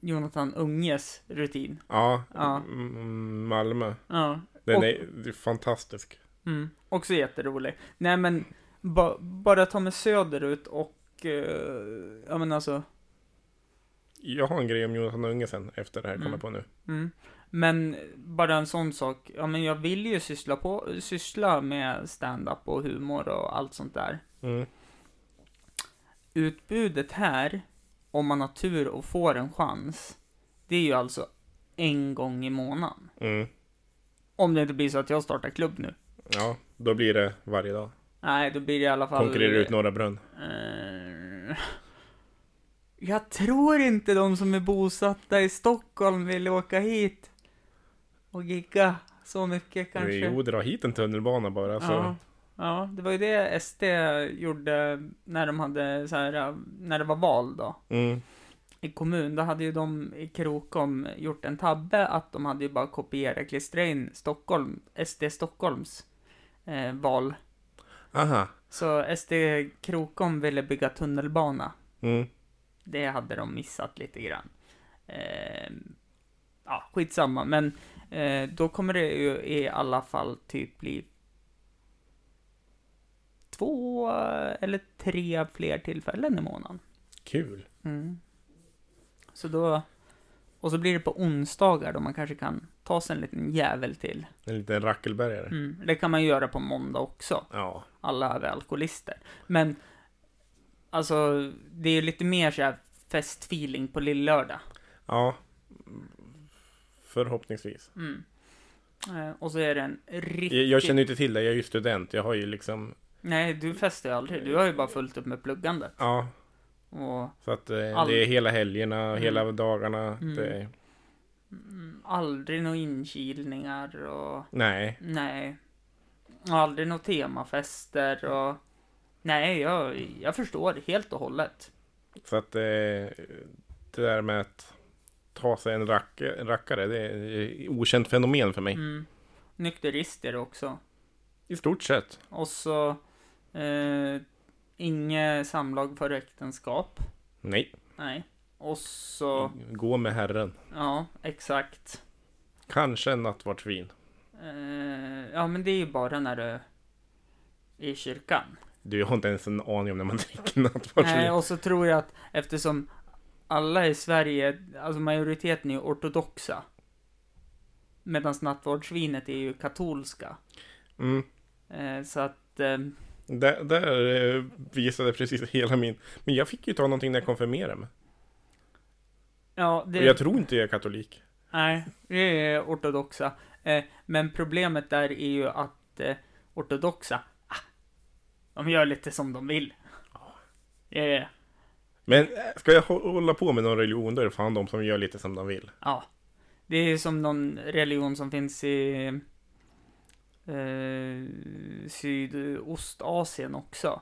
[SPEAKER 2] Jonathan Unges rutin.
[SPEAKER 1] Ja,
[SPEAKER 2] Ja.
[SPEAKER 1] Mm, Malmö.
[SPEAKER 2] Ja,
[SPEAKER 1] Den
[SPEAKER 2] Och-
[SPEAKER 1] är fantastisk.
[SPEAKER 2] mm, också jätterolig. Nej men, ba, bara ta mig söderut och, eh, ja men alltså,
[SPEAKER 1] Jag har en grej om Jonathan Unge sen efter det här kommer
[SPEAKER 2] Mm.
[SPEAKER 1] på nu.
[SPEAKER 2] Mm. Men bara en sån sak, ja men jag vill ju syssla, på, syssla med stand-up och humor och allt sånt där.
[SPEAKER 1] Mm.
[SPEAKER 2] Utbudet här, om man har tur och får en chans, det är ju alltså en gång i månaden.
[SPEAKER 1] Mm.
[SPEAKER 2] Om det inte blir så att jag startar klubb nu.
[SPEAKER 1] Ja, då blir det varje dag.
[SPEAKER 2] Nej, då blir det i alla fall...
[SPEAKER 1] Konkurrerar ut Norra Brunn.
[SPEAKER 2] Eh, Jag tror inte de som är bosatta i Stockholm vill åka hit och gigga så mycket kanske.
[SPEAKER 1] Jo, dra hit en tunnelbana bara. alltså. Så.
[SPEAKER 2] ja. ja, det var ju det SD gjorde när de hade så här, eh, när det var val då
[SPEAKER 1] Mm.
[SPEAKER 2] i kommun. Då hade ju de i Krokom gjort en tabbe att de hade ju bara kopierat, klistra in Stockholm, SD Stockholms eh, val.
[SPEAKER 1] Aha.
[SPEAKER 2] Så SD Krokom ville bygga tunnelbana.
[SPEAKER 1] Mm.
[SPEAKER 2] Det hade de missat lite grann. Eh, ja, skitsamma, men eh, då kommer det ju i alla fall typ bli två eller tre fler tillfällen i månaden.
[SPEAKER 1] Kul.
[SPEAKER 2] Mm. Så då, och så blir det på onsdagar då man kanske kan ta sig en liten jävel till.
[SPEAKER 1] En liten rackelbergare.
[SPEAKER 2] Mm. Det kan man ju göra på måndag också
[SPEAKER 1] Ja.
[SPEAKER 2] alla är alkoholister. Men, alltså, det är ju lite mer så här festfeeling på lillördag.
[SPEAKER 1] Ja. Förhoppningsvis.
[SPEAKER 2] Mm. Eh, Och så är det en
[SPEAKER 1] Jag,
[SPEAKER 2] riktig...
[SPEAKER 1] jag känner ju inte till det, jag är ju student. Jag har ju liksom...
[SPEAKER 2] Nej, du festar ju aldrig. Du har ju bara fullt upp med pluggandet.
[SPEAKER 1] Ja,
[SPEAKER 2] Och
[SPEAKER 1] så att eh,
[SPEAKER 2] All-
[SPEAKER 1] det är hela helgerna,
[SPEAKER 2] Mm.
[SPEAKER 1] hela dagarna.
[SPEAKER 2] Mm.
[SPEAKER 1] Det,
[SPEAKER 2] mm, aldrig några inkilningar och...
[SPEAKER 1] nej.
[SPEAKER 2] Nej. Och aldrig några temafester och... Nej, jag, jag förstår helt och hållet.
[SPEAKER 1] Så att eh, det där med att ta sig en rack, en rackare, det är ett okänt fenomen för mig.
[SPEAKER 2] Mm. Nykterister också.
[SPEAKER 1] I stort sett.
[SPEAKER 2] Och så... Eh, inget samlag för äktenskap.
[SPEAKER 1] Nej.
[SPEAKER 2] Nej. Och så...
[SPEAKER 1] Gå med Herren.
[SPEAKER 2] Ja, exakt.
[SPEAKER 1] Kanske en nattvardsvin.
[SPEAKER 2] Eh, ja, men det är ju bara när du... är I kyrkan.
[SPEAKER 1] Du, jag har inte ens en aning om när man <laughs> dricker
[SPEAKER 2] Nej,
[SPEAKER 1] nattvardsvin.
[SPEAKER 2] och så tror jag att eftersom alla i Sverige, alltså majoriteten är ju ortodoxa. Medan nattvardsvinet är ju katolska.
[SPEAKER 1] Mm.
[SPEAKER 2] Eh, så att... Eh,
[SPEAKER 1] Där, där eh, visade precis hela min... Men jag fick ju ta någonting när jag konfirmerade mig.
[SPEAKER 2] ja, det...
[SPEAKER 1] Och jag tror inte jag är katolik.
[SPEAKER 2] Nej, det är ortodoxa. Eh, men problemet där är ju att eh, ortodoxa, ah, de gör lite som de vill. Eh,
[SPEAKER 1] Men eh, ska jag hå- hålla på med någon religion, då är det fan de som gör lite som de vill.
[SPEAKER 2] ja, det är ju som någon religion som finns i eh, Sydostasien också.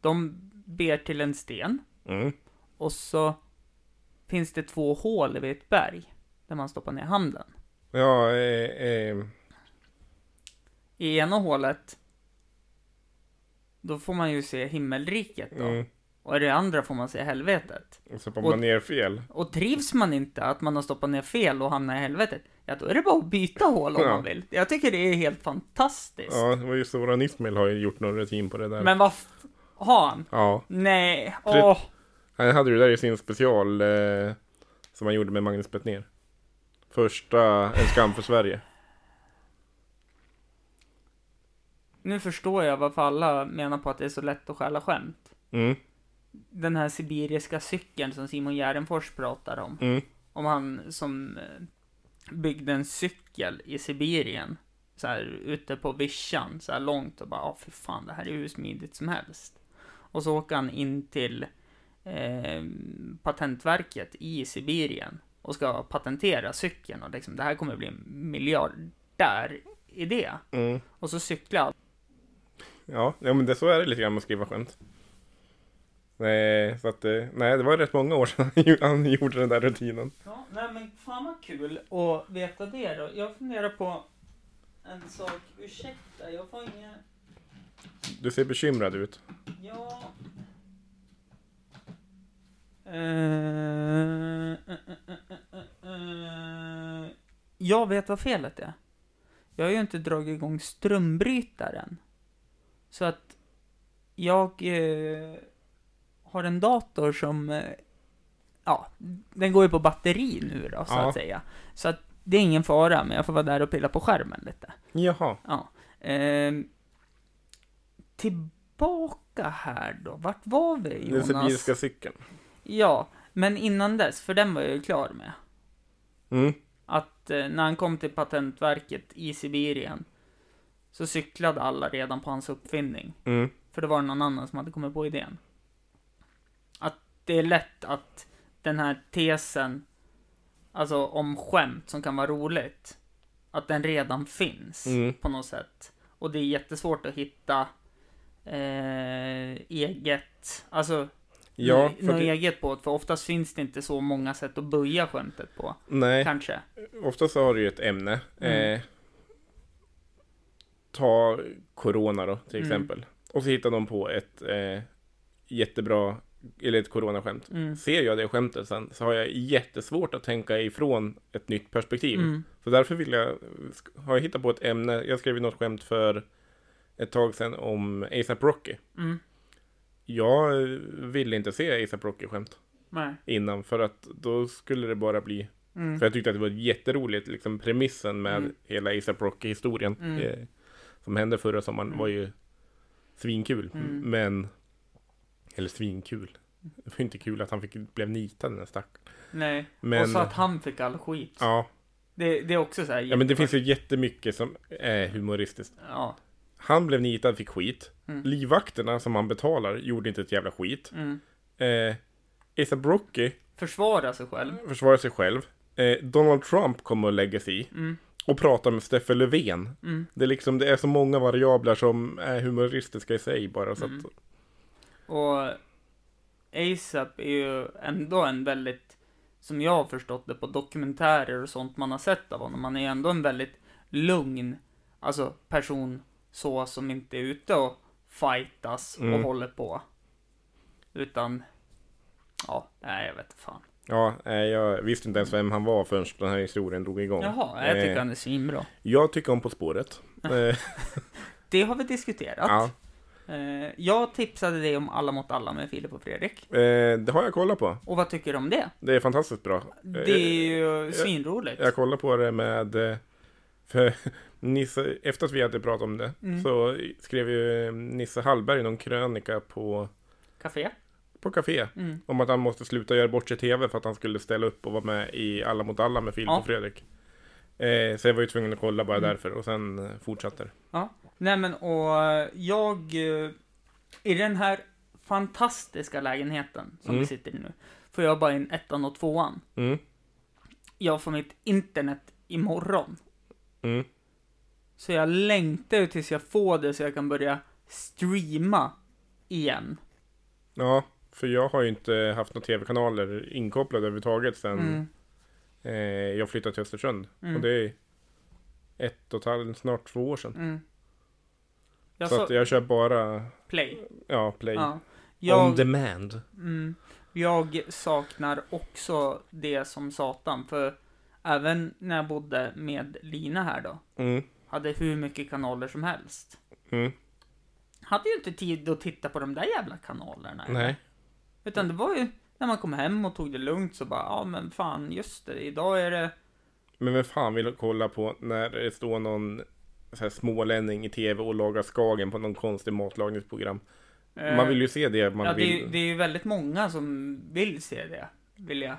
[SPEAKER 2] De ber till en sten
[SPEAKER 1] Mm.
[SPEAKER 2] och så finns det två hål vid ett berg där man stoppar ner handen.
[SPEAKER 1] Ja, eh, eh,
[SPEAKER 2] I ena hålet då får man ju se himmelriket då.
[SPEAKER 1] mm.
[SPEAKER 2] Och i det andra får man se helvetet.
[SPEAKER 1] Och så på
[SPEAKER 2] Och-
[SPEAKER 1] man ner fel.
[SPEAKER 2] Och trivs man inte att man har stoppat ner fel och hamnar i helvetet, ja då är det bara att byta hål om
[SPEAKER 1] Ja.
[SPEAKER 2] man vill. Jag tycker det är helt fantastiskt.
[SPEAKER 1] Ja, det var ju Soran Ismail har ju gjort någon rutin på det där.
[SPEAKER 2] Men vad f- har han?
[SPEAKER 1] Ja,
[SPEAKER 2] Nej,
[SPEAKER 1] Pre-
[SPEAKER 2] åh.
[SPEAKER 1] han hade ju det där i sin special eh, som han gjorde med Magnus Bettner. Första En skam för Sverige.
[SPEAKER 2] Nu förstår jag varför alla menar på att det är så lätt att stjäla skämt.
[SPEAKER 1] Mm,
[SPEAKER 2] Den här sibiriska cykeln som Simon Gärdenfors pratar om.
[SPEAKER 1] mm,
[SPEAKER 2] om han som eh, byggde en cykel i Sibirien. Så här ute på vischan, så här långt och bara, ja för fan det här är ju hur smidigt som helst. Och så åker han in till eh, Patentverket i Sibirien och ska patentera cykeln och liksom det här kommer bli en miljardär-idé.
[SPEAKER 1] mm.
[SPEAKER 2] Och så cyklar han.
[SPEAKER 1] Ja, ja, men det så är det lite grann med att skriva skämt. Nej, så att, eh, nej, det var rätt många år sedan <laughs> han gjorde- han gjorde den där rutinen.
[SPEAKER 2] Ja, nej men fan vad kul att veta det då. Jag funderar på en sak, ursäkta jag får ingen
[SPEAKER 1] Du ser bekymrad ut.
[SPEAKER 2] Ja. Eh, eh, eh, eh, eh, eh. Jag vet vad felet är. Jag har ju inte dragit igång strömbrytaren. Så att jag eh, har en dator som, eh, ja, den går ju på batteri nu då, så
[SPEAKER 1] Ja.
[SPEAKER 2] att säga. Så att det är ingen fara, men jag får vara där och pilla på skärmen lite.
[SPEAKER 1] Jaha.
[SPEAKER 2] Ja. Ehm, tillbaka här då. Vart var vi
[SPEAKER 1] Den
[SPEAKER 2] Jonas?
[SPEAKER 1] sibiriska cykeln.
[SPEAKER 2] Ja, men innan dess, för den var jag ju klar med.
[SPEAKER 1] Mm.
[SPEAKER 2] Att eh, när han kom till Patentverket i Sibirien så cyklade alla redan på hans uppfinning.
[SPEAKER 1] Mm.
[SPEAKER 2] För det var någon annan som hade kommit på idén. Att det är lätt att den här tesen, alltså om skämt som kan vara roligt, att den redan finns
[SPEAKER 1] Mm.
[SPEAKER 2] på något sätt. Och det är jättesvårt att hitta eh, eget, alltså
[SPEAKER 1] Ja,
[SPEAKER 2] nå-
[SPEAKER 1] för
[SPEAKER 2] något
[SPEAKER 1] att,
[SPEAKER 2] eget på det, för oftast finns det inte så många sätt att böja skämtet på,
[SPEAKER 1] nej,
[SPEAKER 2] kanske.
[SPEAKER 1] oftast har du ju ett ämne.
[SPEAKER 2] Mm.
[SPEAKER 1] Eh, ta corona då, till
[SPEAKER 2] Mm.
[SPEAKER 1] exempel. Och så hittar de på ett eh, jättebra, eller ett coronaskämt.
[SPEAKER 2] Mm.
[SPEAKER 1] Ser jag det skämtet sen så har jag jättesvårt att tänka ifrån ett nytt perspektiv.
[SPEAKER 2] Mm.
[SPEAKER 1] Så därför vill jag, har jag hittat på ett ämne, jag skrev ju något skämt för ett tag sedan om ASAP Rocky.
[SPEAKER 2] Mm.
[SPEAKER 1] Jag eh, ville inte se ASAP Rocky-skämt
[SPEAKER 2] Nej.
[SPEAKER 1] innan för att då skulle det bara bli
[SPEAKER 2] Mm.
[SPEAKER 1] för jag tyckte att det var jätteroligt, liksom premissen med
[SPEAKER 2] Mm.
[SPEAKER 1] hela ASAP Rocky-historien
[SPEAKER 2] Mm.
[SPEAKER 1] eh, som hände förra sommaren
[SPEAKER 2] Mm.
[SPEAKER 1] var ju svinkul.
[SPEAKER 2] Mm.
[SPEAKER 1] Men, eller svinkul. Det var inte kul att han fick, blev nitad den där stackaren.
[SPEAKER 2] Nej.
[SPEAKER 1] Men,
[SPEAKER 2] Och så att han fick all skit.
[SPEAKER 1] ja,
[SPEAKER 2] Det, det är också så här
[SPEAKER 1] ja, men det
[SPEAKER 2] jättefart-
[SPEAKER 1] finns ju jättemycket som är humoristiskt.
[SPEAKER 2] Ja.
[SPEAKER 1] Han blev nitad, fick skit.
[SPEAKER 2] Mm.
[SPEAKER 1] Livvakterna som han betalar gjorde inte ett jävla skit.
[SPEAKER 2] Mm.
[SPEAKER 1] Eh, ASAP Rocky
[SPEAKER 2] Försvara sig själv.
[SPEAKER 1] försvarar sig själv. Eh, Donald Trump kommer att lägga sig i
[SPEAKER 2] Mm.
[SPEAKER 1] och pratar med Steffe Löfven.
[SPEAKER 2] Mm.
[SPEAKER 1] Det är, liksom, det är så många variabler som är humoristiska i sig bara. Så att,
[SPEAKER 2] Mm. Och ASAP är ju ändå en väldigt, som jag har förstått det på dokumentärer och sånt man har sett av honom, han är ju ändå en väldigt lugn, alltså person så som inte är ute och fightas och
[SPEAKER 1] Mm.
[SPEAKER 2] håller på. Utan, ja, nej jag vet fan.
[SPEAKER 1] ja, nej, jag visste inte ens vem han var förrän den här historien drog igång.
[SPEAKER 2] Jaha, jag tycker
[SPEAKER 1] eh,
[SPEAKER 2] han är svinbra.
[SPEAKER 1] jag tycker om På
[SPEAKER 2] <laughs>
[SPEAKER 1] spåret. Eh,
[SPEAKER 2] Det har vi diskuterat.
[SPEAKER 1] ja,
[SPEAKER 2] Eh, Jag tipsade dig om Alla mot alla med Filip och Fredrik.
[SPEAKER 1] eh, det har jag kollat på.
[SPEAKER 2] Och vad tycker du om det?
[SPEAKER 1] Det är fantastiskt bra. Eh,
[SPEAKER 2] Det är ju svinroligt.
[SPEAKER 1] Jag kollar på det med... eh, För <laughs> Nisse, efter att vi hade pratat om det
[SPEAKER 2] Mm.
[SPEAKER 1] så skrev ju eh, Nisse Hallberg någon krönika på,
[SPEAKER 2] Café.
[SPEAKER 1] på café
[SPEAKER 2] Mm.
[SPEAKER 1] om att han måste sluta göra bort sig i tv för att han skulle ställa upp och vara med i Alla mot alla med Filip
[SPEAKER 2] Ja.
[SPEAKER 1] och Fredrik. Eh, så jag var ju tvungen att kolla bara
[SPEAKER 2] Mm.
[SPEAKER 1] därför och sen eh, fortsatte det.
[SPEAKER 2] Nej men och eh, jag, eh, i den här fantastiska lägenheten som
[SPEAKER 1] Mm.
[SPEAKER 2] vi sitter i nu, får jag bara in ettan och tvåan.
[SPEAKER 1] Mm,
[SPEAKER 2] Jag får mitt internet imorgon.
[SPEAKER 1] mm,
[SPEAKER 2] Så jag längtar ju tills jag får det så jag kan börja streama igen.
[SPEAKER 1] ja, för jag har ju inte haft några tv-kanaler inkopplade överhuvudtaget sen
[SPEAKER 2] Mm.
[SPEAKER 1] eh, jag flyttade till Östersund.
[SPEAKER 2] Mm.
[SPEAKER 1] Ehm, Och det är ett och ett halvt, snart två år sedan.
[SPEAKER 2] Mm. Jag
[SPEAKER 1] så
[SPEAKER 2] sa
[SPEAKER 1] att jag kör bara,
[SPEAKER 2] play.
[SPEAKER 1] ja, play.
[SPEAKER 2] Ja. Jag,
[SPEAKER 1] On demand.
[SPEAKER 2] mm, jag saknar också det som satan, för även när jag bodde med Lina här då,
[SPEAKER 1] Mm,
[SPEAKER 2] hade hur mycket kanaler som helst.
[SPEAKER 1] mm,
[SPEAKER 2] hade ju inte tid att titta på de där jävla kanalerna.
[SPEAKER 1] nej.
[SPEAKER 2] Utan det var ju när man kom hem och tog det lugnt så bara, ja men fan just det, idag är det...
[SPEAKER 1] Men vem fan vill kolla på när det står någon så här smålänning i tv och lagar skagen på någon konstig matlagningsprogram?
[SPEAKER 2] eh,
[SPEAKER 1] Man vill ju se det man
[SPEAKER 2] ja, det, är
[SPEAKER 1] vill.
[SPEAKER 2] ju- det är ju väldigt många som vill se det, vill jag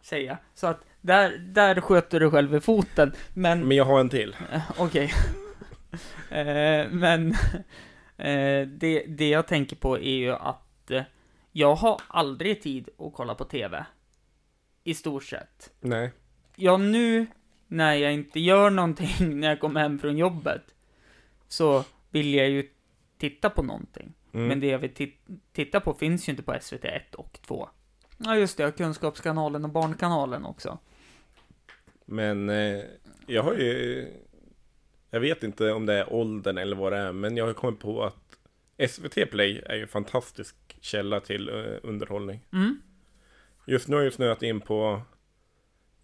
[SPEAKER 2] säga. Så att där, där sköter du själv i foten, men
[SPEAKER 1] Men jag har en till.
[SPEAKER 2] Eh, Okej. <laughs> Eh, men <laughs> eh, det, det jag tänker på är ju att eh, jag har aldrig tid att kolla på TV. I stort sett.
[SPEAKER 1] Nej.
[SPEAKER 2] ja nu när jag inte gör någonting <laughs> när jag kommer hem från jobbet så vill jag ju titta på någonting.
[SPEAKER 1] Mm.
[SPEAKER 2] Men det jag vill ti- titta på finns ju inte på SVT 1 och 2. Ja just det, jag har Kunskapskanalen och Barnkanalen också.
[SPEAKER 1] Men eh, jag har ju... Jag vet inte om det är åldern eller vad det är, men jag har kommit på att SVT Play är ju en fantastisk källa till eh, underhållning.
[SPEAKER 2] Mm.
[SPEAKER 1] Just nu har jag snöat in på,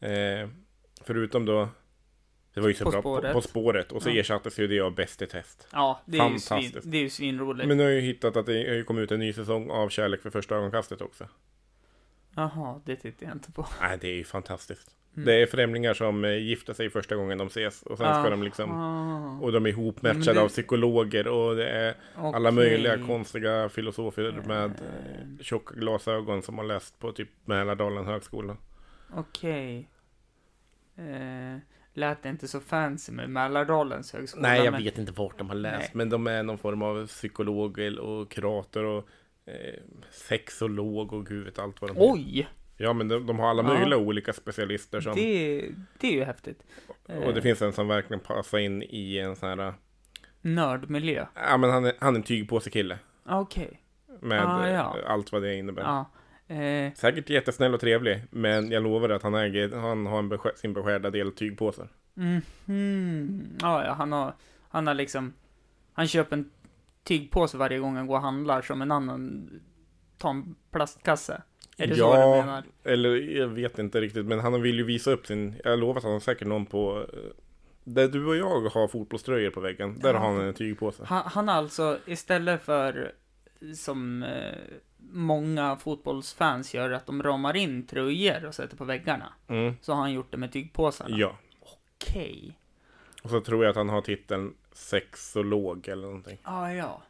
[SPEAKER 1] eh, förutom då, det var ju så
[SPEAKER 2] På
[SPEAKER 1] bra,
[SPEAKER 2] spåret.
[SPEAKER 1] På, på spåret och så
[SPEAKER 2] Ja.
[SPEAKER 1] ersattes ju det av Bäst i test.
[SPEAKER 2] Ja, det är, ju, svin,
[SPEAKER 1] Fantastiskt.
[SPEAKER 2] det är ju svinroligt.
[SPEAKER 1] Men nu har jag ju hittat att det har ju kommit ut en ny säsong av Kärlek för första ögonkastet också.
[SPEAKER 2] Jaha, det tittar jag inte på.
[SPEAKER 1] Nej, det är ju fantastiskt.
[SPEAKER 2] Mm.
[SPEAKER 1] Det är främlingar som eh, gifter sig första gången de ses. Och sen ska de liksom...
[SPEAKER 2] Ah,
[SPEAKER 1] Och de är ihopmatchade
[SPEAKER 2] Men det-
[SPEAKER 1] av psykologer och det är alla
[SPEAKER 2] okej.
[SPEAKER 1] möjliga konstiga filosofer med eh, tjocka glasögon som har läst på typ Mälardalen högskola.
[SPEAKER 2] Okej. Eh, lät det inte så fancy med Mälardalens högskola?
[SPEAKER 1] Nej, jag
[SPEAKER 2] men-
[SPEAKER 1] vet inte vart de har läst,
[SPEAKER 2] Nej.
[SPEAKER 1] men de är någon form av psykolog och kurator och eh, sexolog och gud vet allt vad de heter.
[SPEAKER 2] Oj!
[SPEAKER 1] Ja, men de, de har alla
[SPEAKER 2] Ja.
[SPEAKER 1] möjliga olika specialister som...
[SPEAKER 2] Det, det är ju häftigt. Eh,
[SPEAKER 1] Och det finns en som verkligen passar in i en sån här... eh,
[SPEAKER 2] Nördmiljö.
[SPEAKER 1] Ja, men han är, han är en tygpåsekille.
[SPEAKER 2] Ah, Okej.
[SPEAKER 1] Med
[SPEAKER 2] Ah, ja.
[SPEAKER 1] eh, allt vad det innebär.
[SPEAKER 2] Ja. Eh,
[SPEAKER 1] Säkert jättesnäll och trevlig, men jag lovar att han äger, han har en beskär, sin beskärda del tygpåsar.
[SPEAKER 2] mhm. Ja, ja, han har, han har liksom, han köper en tygpåse varje gång han går och handlar som en annan tar en plastkasse. Är det så
[SPEAKER 1] Ja.
[SPEAKER 2] du menar?
[SPEAKER 1] Eller jag vet inte riktigt, men han vill ju visa upp sin, jag lovar att han har säkert någon på, eh, där du och jag har fotbollströjor på väggen, där
[SPEAKER 2] Ja.
[SPEAKER 1] har han en tygpåse.
[SPEAKER 2] Han, han har alltså, istället för som eh, många fotbollsfans gör, att de ramar in tröjor och sätter på väggarna,
[SPEAKER 1] Mm.
[SPEAKER 2] så har han gjort det med tygpåsarna.
[SPEAKER 1] Ja,
[SPEAKER 2] Okej.
[SPEAKER 1] och så tror jag att han har titeln sexolog eller någonting.
[SPEAKER 2] Ah, ja,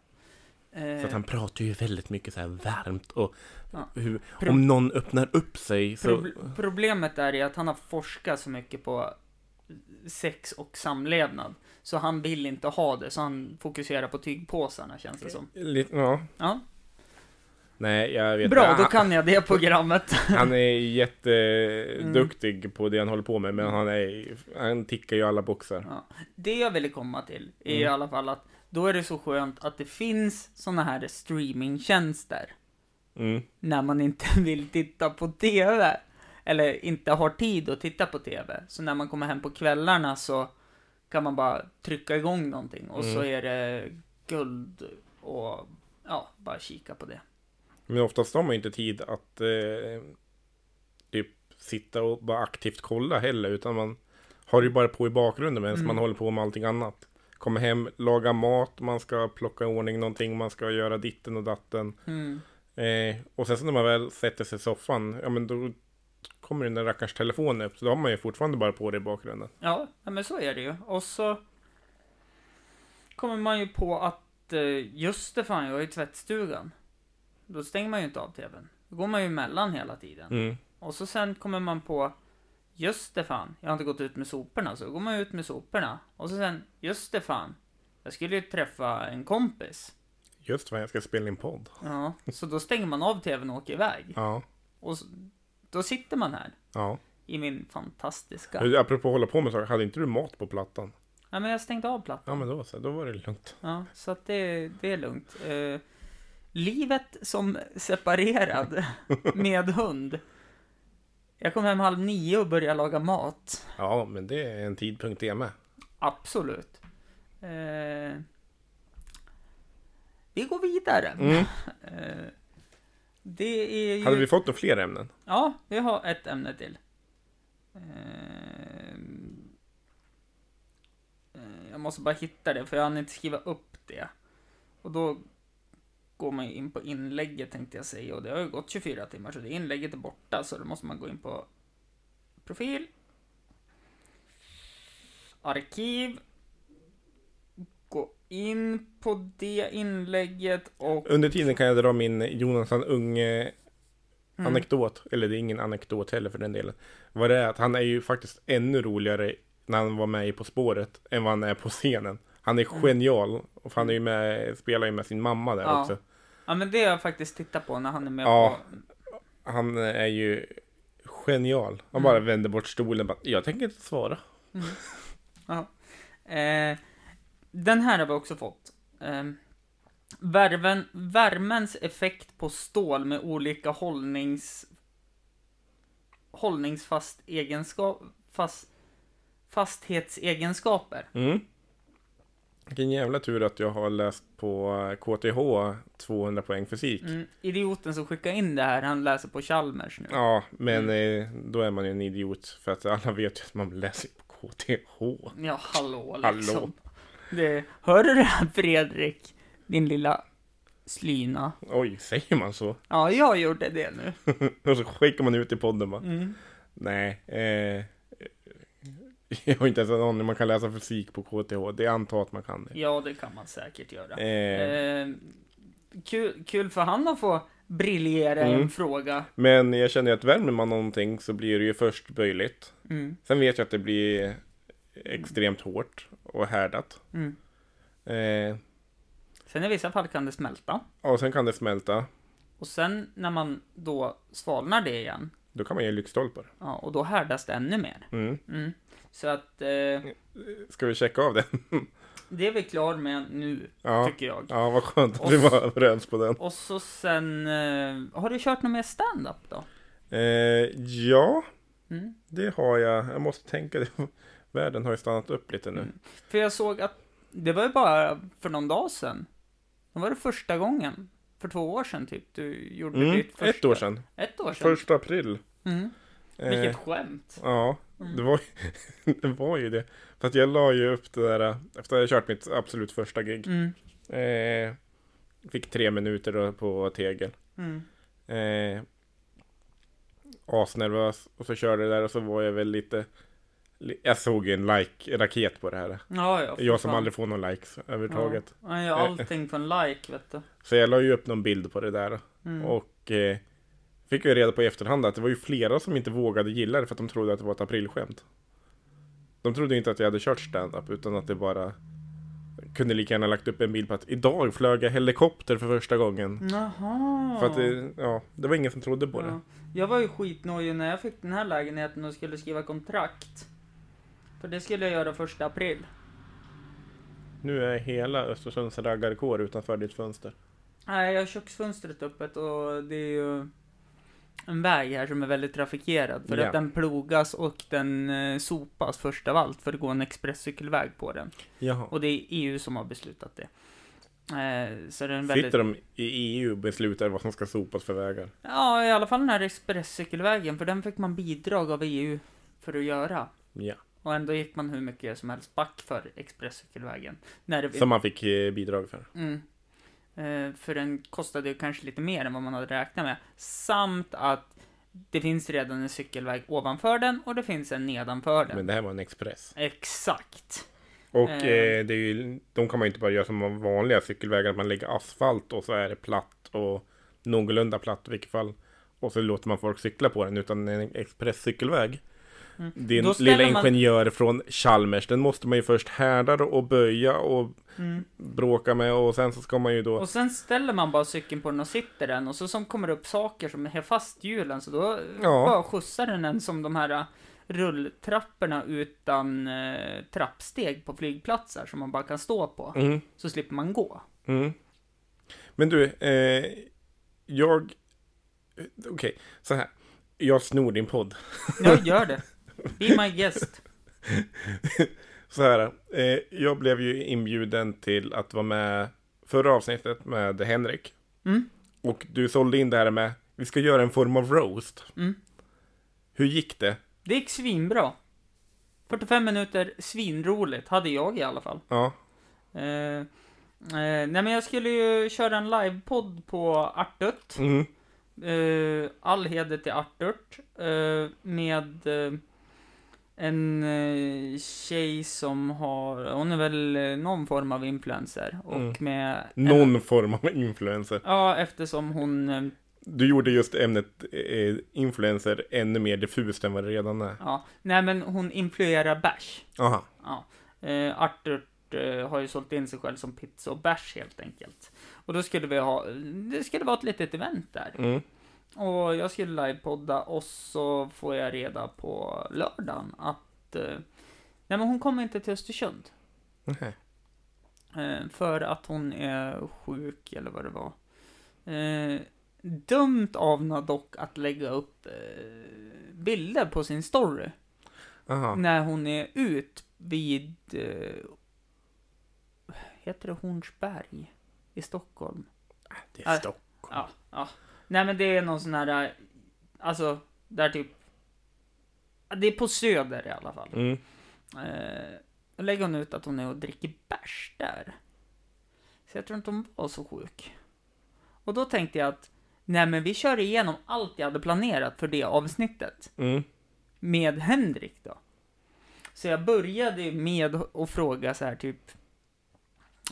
[SPEAKER 2] Eh,
[SPEAKER 1] Så att han pratar ju väldigt mycket så här varmt och
[SPEAKER 2] Ja.
[SPEAKER 1] hur,
[SPEAKER 2] Pro-
[SPEAKER 1] om någon öppnar upp sig så...
[SPEAKER 2] Proble- problemet är ju att han har forskat så mycket på eh, sex och samlevnad. Så han vill inte ha det, så han fokuserar på tygpåsarna känns det som.
[SPEAKER 1] Lite- Ja,
[SPEAKER 2] liksom. Ja.
[SPEAKER 1] nej jag vet
[SPEAKER 2] Bra,
[SPEAKER 1] inte.
[SPEAKER 2] då
[SPEAKER 1] Han- <laughs>
[SPEAKER 2] kan jag det programmet.
[SPEAKER 1] Han är jätteduktig
[SPEAKER 2] Mm.
[SPEAKER 1] på det han håller på med, men han, är, han tickar ju alla boxar.
[SPEAKER 2] Ja. Det jag ville komma till är i
[SPEAKER 1] Mm.
[SPEAKER 2] alla fall att då är det så skönt att det finns såna här streamingtjänster.
[SPEAKER 1] Mm.
[SPEAKER 2] När man inte <laughs> vill titta på TV. Eller inte har tid att titta på TV. Så när man kommer hem på kvällarna så kan man bara trycka igång någonting. Och så är det guld och ja, bara kika på det.
[SPEAKER 1] Men oftast har man ju inte tid att eh, typ sitta och bara aktivt kolla heller, utan man har det ju bara på i bakgrunden medan man håller på med allting annat. Kommer hem, laga mat, man ska plocka i ordning någonting, man ska göra ditten och datten.
[SPEAKER 2] Mm.
[SPEAKER 1] Eh, och sen så när man väl sätter sig i soffan, ja men då kommer den där rackars telefonen upp, så då har man ju fortfarande bara på det i bakgrunden.
[SPEAKER 2] Ja, ja, men så är det ju. Och så kommer man ju på att eh, just det fan, jag är i tvättstugan. Då stänger man ju inte av TVn. Då går man ju emellan hela tiden.
[SPEAKER 1] Mm.
[SPEAKER 2] Och så sen kommer man på Just det fan, jag har inte gått ut med soporna. Så går man ut med soporna. Och så sen, just det fan, jag skulle ju träffa en kompis.
[SPEAKER 1] Just vad jag ska spela in podd.
[SPEAKER 2] Ja, så då stänger man av tvn och åker iväg.
[SPEAKER 1] Ja,
[SPEAKER 2] Och s- då sitter man här
[SPEAKER 1] ja.
[SPEAKER 2] i min fantastiska...
[SPEAKER 1] Du, Apropå att hålla på med saker, hade inte du mat på plattan?
[SPEAKER 2] Ja, men jag stängde av
[SPEAKER 1] Ja
[SPEAKER 2] plattan.
[SPEAKER 1] men då så, då var det lugnt.
[SPEAKER 2] Ja, så att det, det är lugnt. Eh, livet som
[SPEAKER 1] <laughs>
[SPEAKER 2] separerad med hund. Jag kom hem halv nio och började laga mat.
[SPEAKER 1] Ja men det är en tidpunkt det med.
[SPEAKER 2] Absolut. Eh, vi går vidare.
[SPEAKER 1] Mm.
[SPEAKER 2] Eh, det är ju...
[SPEAKER 1] Hade vi fått några fler ämnen?
[SPEAKER 2] Ja, vi har ett ämne till. Eh, Ehm, Eh, jag måste bara hitta det, för jag hann inte skriva upp det. Och då går man ju in på inlägget tänkte jag säga, och det har ju gått 24 timmar, så det inlägget är borta, så då måste man gå in på profil, arkiv, gå in på det inlägget och...
[SPEAKER 1] Under tiden kan jag dra min Jonathan Unge Mm. anekdot. Eller det är ingen anekdot heller för den delen. Vad det är att han är ju faktiskt ännu roligare när han var med i På spåret än vad han är på scenen. Han är genial. Och han är ju med, spelar ju med sin mamma där
[SPEAKER 2] Ja.
[SPEAKER 1] också.
[SPEAKER 2] Ja, men det har jag faktiskt tittat på när han är med
[SPEAKER 1] Ja.
[SPEAKER 2] på...
[SPEAKER 1] Han är ju genial. Han bara vänder bort stolen. Bara, jag tänker inte svara.
[SPEAKER 2] Ja. Eh, den här har vi också fått. Eh, värven, värmens effekt på stål med olika hållnings... Hållningsfast egenskap... Fast, fastighetsegenskaper.
[SPEAKER 1] Mm. Vilken jävla tur att jag har läst på eh, KTH 200 poäng fysik.
[SPEAKER 2] Mm, idioten som skickar in det här, han läser på Chalmers nu.
[SPEAKER 1] Ja, men
[SPEAKER 2] Mm.
[SPEAKER 1] eh, då är man ju en idiot för att alla vet ju att man läser på KTH.
[SPEAKER 2] Ja, hallå
[SPEAKER 1] Hallå.
[SPEAKER 2] liksom. Det, hör du det här Fredrik? Din lilla slyna.
[SPEAKER 1] Oj, säger man så? <laughs>
[SPEAKER 2] Ja, jag gjorde det nu.
[SPEAKER 1] Och så skickar man ut i podden bara.
[SPEAKER 2] Mm.
[SPEAKER 1] Nej, eh, Jag har inte ens en aning om man kan läsa fysik på KTH. Det antar att man kan det.
[SPEAKER 2] Ja, det kan man säkert göra.
[SPEAKER 1] Eh,
[SPEAKER 2] Eh, kul, kul för han att få briljera i
[SPEAKER 1] Mm.
[SPEAKER 2] en fråga.
[SPEAKER 1] men jag känner ju att värmer man någonting så blir det ju först böjligt.
[SPEAKER 2] Mm,
[SPEAKER 1] Sen vet jag att det blir extremt hårt och härdat.
[SPEAKER 2] mm.
[SPEAKER 1] Eh,
[SPEAKER 2] Sen i vissa fall kan det smälta.
[SPEAKER 1] och sen kan det smälta.
[SPEAKER 2] Och sen när man då svalnar det igen,
[SPEAKER 1] Då kan man ge lyktstolpar.
[SPEAKER 2] ja, och då härdas det ännu mer.
[SPEAKER 1] Mm.
[SPEAKER 2] Mm. Så att eh,
[SPEAKER 1] Ska vi checka av det?
[SPEAKER 2] det är vi klar med nu,
[SPEAKER 1] Ja,
[SPEAKER 2] tycker jag.
[SPEAKER 1] ja vad skönt att vi var överens på den.
[SPEAKER 2] Och så sen, eh, har du kört något mer stand-up då?
[SPEAKER 1] Eh, ja,
[SPEAKER 2] Mm.
[SPEAKER 1] det har jag. Jag måste tänka. <laughs> det. Världen har ju stannat upp lite nu.
[SPEAKER 2] Mm. För jag såg att det var ju bara för någon dag sedan. Det var det första gången, för två år sedan typ, du gjorde
[SPEAKER 1] Mm,
[SPEAKER 2] ditt första.
[SPEAKER 1] ett år sedan.
[SPEAKER 2] Ett år sedan?
[SPEAKER 1] Första april.
[SPEAKER 2] Mm.
[SPEAKER 1] Eh,
[SPEAKER 2] Vilket Mm. skämt.
[SPEAKER 1] Ja, det var, ju- <laughs> det var ju det. För att jag la ju upp det där eh, efter att jag hade kört mitt absolut första gig.
[SPEAKER 2] Mm.
[SPEAKER 1] Eh, fick tre minuter då på tegel.
[SPEAKER 2] Mm.
[SPEAKER 1] Eh, asnervös och så körde jag där och så var jag väl lite li- jag såg ju en like-raket på det här.
[SPEAKER 2] Ja, ja, för
[SPEAKER 1] Jag som
[SPEAKER 2] fan.
[SPEAKER 1] aldrig Eh. får någon likes överhuvudtaget.
[SPEAKER 2] Ja. Han gör allting för en like, vet du.
[SPEAKER 1] Så jag la ju upp någon bild på det där.
[SPEAKER 2] Mm.
[SPEAKER 1] Och eh, fick ju reda på i efterhand att det var ju flera som inte vågade gilla det för att de trodde att det var ett aprilskämt. De trodde ju inte att jag hade kört stand-up utan att det bara jag kunde lika gärna lagt upp en bild på att idag flög jag helikopter för första gången.
[SPEAKER 2] Jaha.
[SPEAKER 1] För att det, ja, det var ingen som trodde på det.
[SPEAKER 2] Ja. Jag var ju skitnojig när jag fick den här lägenheten och skulle skriva kontrakt. För det skulle jag göra första april.
[SPEAKER 1] Nu är hela Östersunds raggarkår utanför ditt fönster.
[SPEAKER 2] Nej, jag har köksfönstret öppet och det är ju en väg här som är väldigt trafikerad. För
[SPEAKER 1] Ja.
[SPEAKER 2] att den plogas och den eh, sopas först av allt för det går en expresscykelväg på den.
[SPEAKER 1] Jaha.
[SPEAKER 2] Och det är EU som har beslutat det. Eh, så det är en väldigt...
[SPEAKER 1] Sitter de i EU och beslutar vad som ska sopas för vägar?
[SPEAKER 2] Ja, i alla fall den här expresscykelvägen, för den fick man bidrag av EU för att göra.
[SPEAKER 1] Ja.
[SPEAKER 2] Och ändå gick man hur mycket som helst back för expresscykelvägen. När det,
[SPEAKER 1] Som man fick eh, bidrag för.
[SPEAKER 2] Mm. Eh, för den kostade ju kanske lite mer än vad man hade räknat med. Samt att det finns redan en cykelväg ovanför den och det finns en nedanför den.
[SPEAKER 1] Men det här var en express.
[SPEAKER 2] Exakt.
[SPEAKER 1] Och
[SPEAKER 2] Eh.
[SPEAKER 1] eh, det är ju, de kan man ju inte bara göra som vanliga cykelvägar, att man lägger asfalt och så är det platt och någorlunda platt i vilket fall. Och så låter man folk cykla på den, utan en expresscykelväg.
[SPEAKER 2] Mm.
[SPEAKER 1] Din
[SPEAKER 2] Då ställer
[SPEAKER 1] lilla
[SPEAKER 2] man-
[SPEAKER 1] ingenjör från Chalmers, den måste man ju först härda då och böja och
[SPEAKER 2] Mm.
[SPEAKER 1] bråka med och sen så ska man ju då...
[SPEAKER 2] Och sen ställer man bara cykeln på den och sitter den och så som kommer upp saker som är fast i hjulen så då
[SPEAKER 1] Ja.
[SPEAKER 2] bara skjutsar den en som de här eh, rulltrapporna utan eh, trappsteg på flygplatser som man bara kan stå på.
[SPEAKER 1] Mm,
[SPEAKER 2] Så slipper man gå.
[SPEAKER 1] mm. Men du, eh, jag... eh, Okej, så här. Jag snor din podd.
[SPEAKER 2] Jag gör det. Be my guest.
[SPEAKER 1] Så här, eh, jag blev ju inbjuden till att vara med förra avsnittet med Henrik.
[SPEAKER 2] Mm.
[SPEAKER 1] Och du sålde in det här med, vi ska göra en form av roast.
[SPEAKER 2] Mm.
[SPEAKER 1] Hur gick det?
[SPEAKER 2] Det gick svinbra. 45 minuter, svinroligt, hade jag i alla fall.
[SPEAKER 1] Ja,
[SPEAKER 2] Eh, eh, nej men jag skulle ju köra en livepodd på Artört.
[SPEAKER 1] mm.
[SPEAKER 2] Eh, all heder till Artört. Eh, med eh, en eh, tjej som har, hon är väl eh, någon form av influencer. Och
[SPEAKER 1] Mm.
[SPEAKER 2] med... En,
[SPEAKER 1] någon form av influencer.
[SPEAKER 2] ja, eftersom hon... eh,
[SPEAKER 1] Du gjorde just ämnet eh, influencer ännu mer diffust än vad det redan är.
[SPEAKER 2] Ja, nej men hon influerar Bash.
[SPEAKER 1] Aha.
[SPEAKER 2] Ja. Eh, Arthur eh, har ju sålt in sig själv som pizza och bärs helt enkelt. Och då skulle vi ha, det skulle vara ett litet event där.
[SPEAKER 1] Mm.
[SPEAKER 2] Och jag skulle livepodda och så får jag reda på lördagen att eh, nej men hon kommer inte till Östersund.
[SPEAKER 1] Nähä.
[SPEAKER 2] Eh, för att hon är sjuk eller vad det var. Eh, dumt av henne dock att lägga upp eh, bilder på sin story
[SPEAKER 1] Aha.
[SPEAKER 2] när hon är ut vid, eh, heter det Hornsberg i Stockholm?
[SPEAKER 1] Det
[SPEAKER 2] Ah.
[SPEAKER 1] är stopp.
[SPEAKER 2] Ja, ja. Nej men det är någon sån här, eh, alltså, där typ, ja, det är på Söder i alla fall.
[SPEAKER 1] Mm.
[SPEAKER 2] Eh, då lägger hon ut att hon är och dricker bärs där. Så jag tror inte hon var så sjuk. Och då tänkte jag att, nej men vi kör igenom allt jag hade planerat för det avsnittet
[SPEAKER 1] Mm.
[SPEAKER 2] med Henrik då. Så jag började med att fråga så här typ.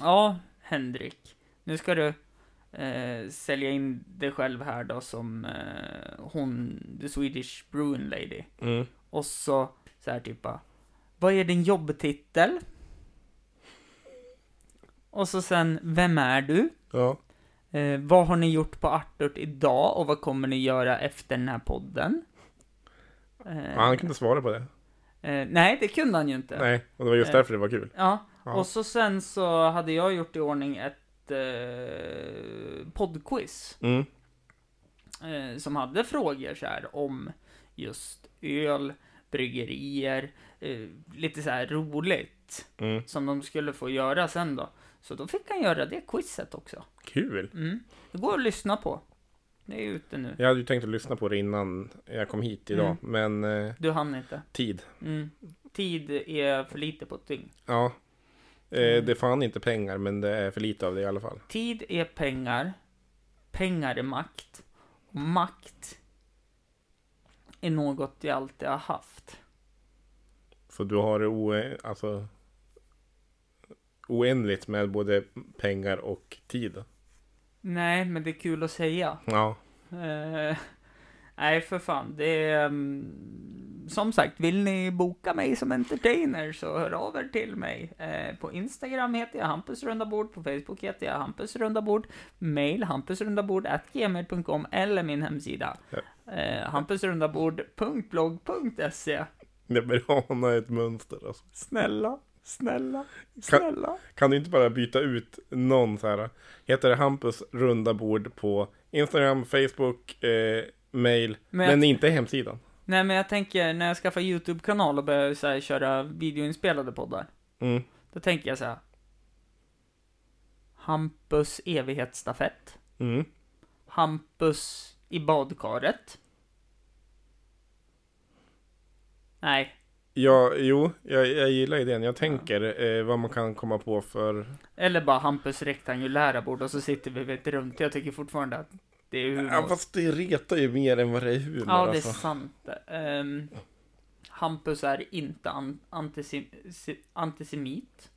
[SPEAKER 2] Ja, Henrik. Nu ska du eh, sälja in dig själv här då som eh, hon, the Swedish Bruin Lady.
[SPEAKER 1] Mm.
[SPEAKER 2] Och så så här typ bara, Vad är din jobbtitel? Och så sen, vem är du?
[SPEAKER 1] Ja.
[SPEAKER 2] Eh, vad har ni gjort på Artort idag och vad kommer ni göra efter den här podden? Eh,
[SPEAKER 1] Ja, Han kunde svara på det.
[SPEAKER 2] eh, nej, det kunde han ju inte.
[SPEAKER 1] Nej, och det var just
[SPEAKER 2] Eh.
[SPEAKER 1] därför det var kul.
[SPEAKER 2] Ja,
[SPEAKER 1] Ja.
[SPEAKER 2] och så sen så hade jag gjort i ordning ett eh, poddquiz
[SPEAKER 1] Mm.
[SPEAKER 2] eh, som hade frågor så här om just öl, bryggerier, eh, lite så här roligt
[SPEAKER 1] Mm.
[SPEAKER 2] som de skulle få göra sen då. Så då fick han göra det quizet också.
[SPEAKER 1] Kul!
[SPEAKER 2] Mm. Det går att lyssna på. Det är ute nu.
[SPEAKER 1] Jag hade ju tänkt att lyssna på det innan jag kom hit idag, men eh,
[SPEAKER 2] Du hann inte.
[SPEAKER 1] tid.
[SPEAKER 2] Mm. Tid är för lite på ett dygn.
[SPEAKER 1] Ja. Eh,
[SPEAKER 2] Mm.
[SPEAKER 1] det är fan inte pengar, men det är för lite av det i alla fall.
[SPEAKER 2] Tid är pengar. Pengar är makt. Och makt är något jag alltid har haft.
[SPEAKER 1] Så du har o, alltså, oändligt med både pengar och tid.
[SPEAKER 2] Nej, men det är kul att säga.
[SPEAKER 1] Ja.
[SPEAKER 2] Eh, nej, för fan. Det är, mm, som sagt, vill ni boka mig som entertainer så hör av er till mig. Eh, på Instagram heter jag Hampus Rundabord, på Facebook heter jag Hampus Rundabord, mail hampusrundabord.gmail.com eller min hemsida eh, hampusrundabord.blogg.se.
[SPEAKER 1] Det är bra att ha ett mönster alltså.
[SPEAKER 2] Snälla, snälla, snälla.
[SPEAKER 1] Kan du inte bara byta ut någon så här? Heter det Hampus runda bord på Instagram, Facebook, eh, mail,
[SPEAKER 2] Men
[SPEAKER 1] men,
[SPEAKER 2] jag-
[SPEAKER 1] inte hemsidan?
[SPEAKER 2] Nej, men jag tänker när jag skaffar YouTube-kanal och börjar så här, köra videoinspelade poddar.
[SPEAKER 1] Mm.
[SPEAKER 2] Då tänker jag så här. Hampus evighetsstafett.
[SPEAKER 1] Mm.
[SPEAKER 2] Hampus i badkaret. Nej,
[SPEAKER 1] Ja, jo, jag, jag gillar idén. Jag tänker eh, vad man kan komma på för...
[SPEAKER 2] eller bara Hampus rektangulära bord och så sitter vi vid ett runt. Jag tycker fortfarande att det är humor.
[SPEAKER 1] Ja, fast det retar ju mer än vad det är humor.
[SPEAKER 2] Ja, det är
[SPEAKER 1] alltså.
[SPEAKER 2] sant. Ehm, Hampus är inte an- antisem- se- antisemit.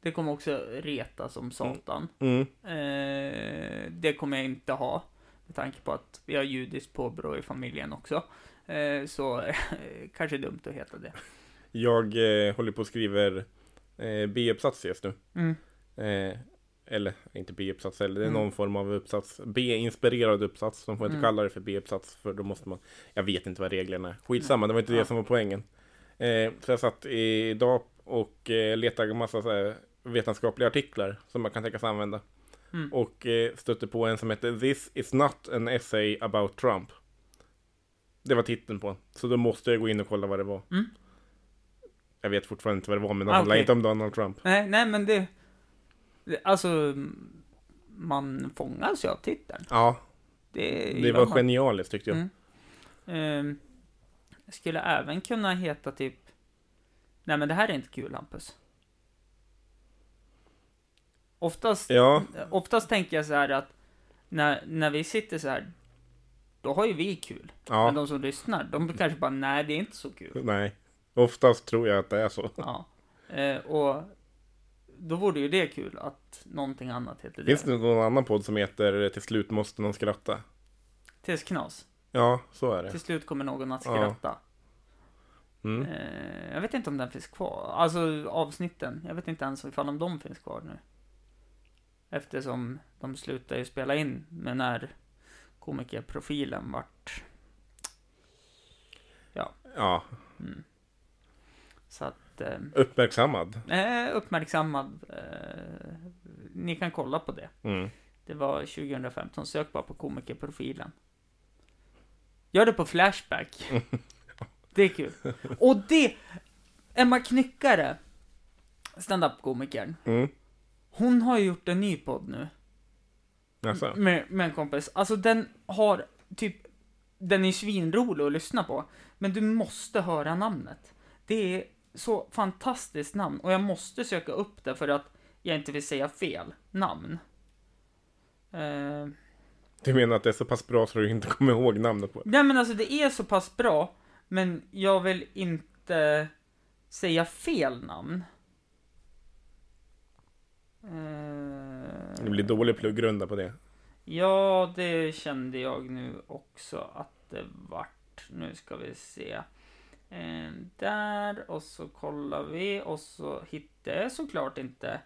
[SPEAKER 2] Det kommer också reta som satan.
[SPEAKER 1] Mm.
[SPEAKER 2] Ehm, det kommer jag inte ha. Med tanke på att vi har judiskt påbrå i familjen också. Ehm, så <laughs> kanske dumt att heta det.
[SPEAKER 1] Jag eh, håller på och skriver eh, B-uppsats just nu.
[SPEAKER 2] Mm.
[SPEAKER 1] Eh, eller inte B-uppsats, eller det är
[SPEAKER 2] Mm.
[SPEAKER 1] någon form av uppsats. B-inspirerad uppsats, de får inte
[SPEAKER 2] Mm.
[SPEAKER 1] kalla det för B-uppsats för då måste man... Jag vet inte vad reglerna är. Skitsamma, det var inte
[SPEAKER 2] Ja.
[SPEAKER 1] det som var poängen. Eh, så jag satt idag och eh, letade en massa så här, vetenskapliga artiklar som man kan tänkas använda.
[SPEAKER 2] Mm.
[SPEAKER 1] Och eh, stötte på en som hette This is not an essay about Trump. Det var titeln på den. Så då måste jag gå in och kolla vad det var.
[SPEAKER 2] Mm.
[SPEAKER 1] Jag vet fortfarande inte vad det var, men det
[SPEAKER 2] Ah,
[SPEAKER 1] handlar
[SPEAKER 2] okej.
[SPEAKER 1] inte om Donald Trump.
[SPEAKER 2] Nej, nej, men det... det- Alltså, man fångas ju av titeln.
[SPEAKER 1] Ja,
[SPEAKER 2] Det,
[SPEAKER 1] det
[SPEAKER 2] gör
[SPEAKER 1] var
[SPEAKER 2] man.
[SPEAKER 1] genialiskt tyckte jag.
[SPEAKER 2] Mm. Ehm, jag skulle även kunna heta typ... Nej men det här är inte kul Hampus. Oftast,
[SPEAKER 1] Ja,
[SPEAKER 2] oftast tänker jag så här att när, när vi sitter så här, då har ju vi kul. Men
[SPEAKER 1] ja,
[SPEAKER 2] de som lyssnar, de kanske bara nej det är inte så kul.
[SPEAKER 1] nej. Oftast tror jag att det är så.
[SPEAKER 2] Ja. Eh, och då vore ju det kul att någonting annat heter det.
[SPEAKER 1] Finns det någon annan podd som heter eh, Till slut måste någon skratta?
[SPEAKER 2] Tills knas.
[SPEAKER 1] Ja, så är det.
[SPEAKER 2] Till slut kommer någon att
[SPEAKER 1] Ja.
[SPEAKER 2] skratta.
[SPEAKER 1] Mm.
[SPEAKER 2] Eh, jag vet inte om den finns kvar. Alltså avsnitten. Jag vet inte ens ifall om de finns kvar nu. Eftersom de slutar ju spela in med när komikerprofilen vart.
[SPEAKER 1] Ja,
[SPEAKER 2] Mm. Så att eh,
[SPEAKER 1] uppmärksammad.
[SPEAKER 2] eh, uppmärksammad. Eh, ni kan kolla på det.
[SPEAKER 1] Mm.
[SPEAKER 2] Det var 2015. Sök bara på komikerprofilen. Gör det på Flashback. Det är kul. Och det... Emma Knyckare, standup-komikern,
[SPEAKER 1] Mm.
[SPEAKER 2] hon har ju gjort en ny podd nu
[SPEAKER 1] Alltså.
[SPEAKER 2] med, med en kompis. Alltså den har typ... Den är svinrolig att lyssna på. Men du måste höra namnet. Det är så fantastiskt namn och jag måste söka upp det för att jag inte vill säga fel namn. Eh,
[SPEAKER 1] Du menar att det är så pass bra så du inte kommer ihåg namnet på det?
[SPEAKER 2] Nej men alltså det är så pass bra, men jag vill inte säga fel namn. Eh,
[SPEAKER 1] Det blir dålig pluggrunda på det.
[SPEAKER 2] Ja, det kände jag nu också att det vart. Nu ska vi se. Eh, där och så kollar vi och så hittade jag såklart inte.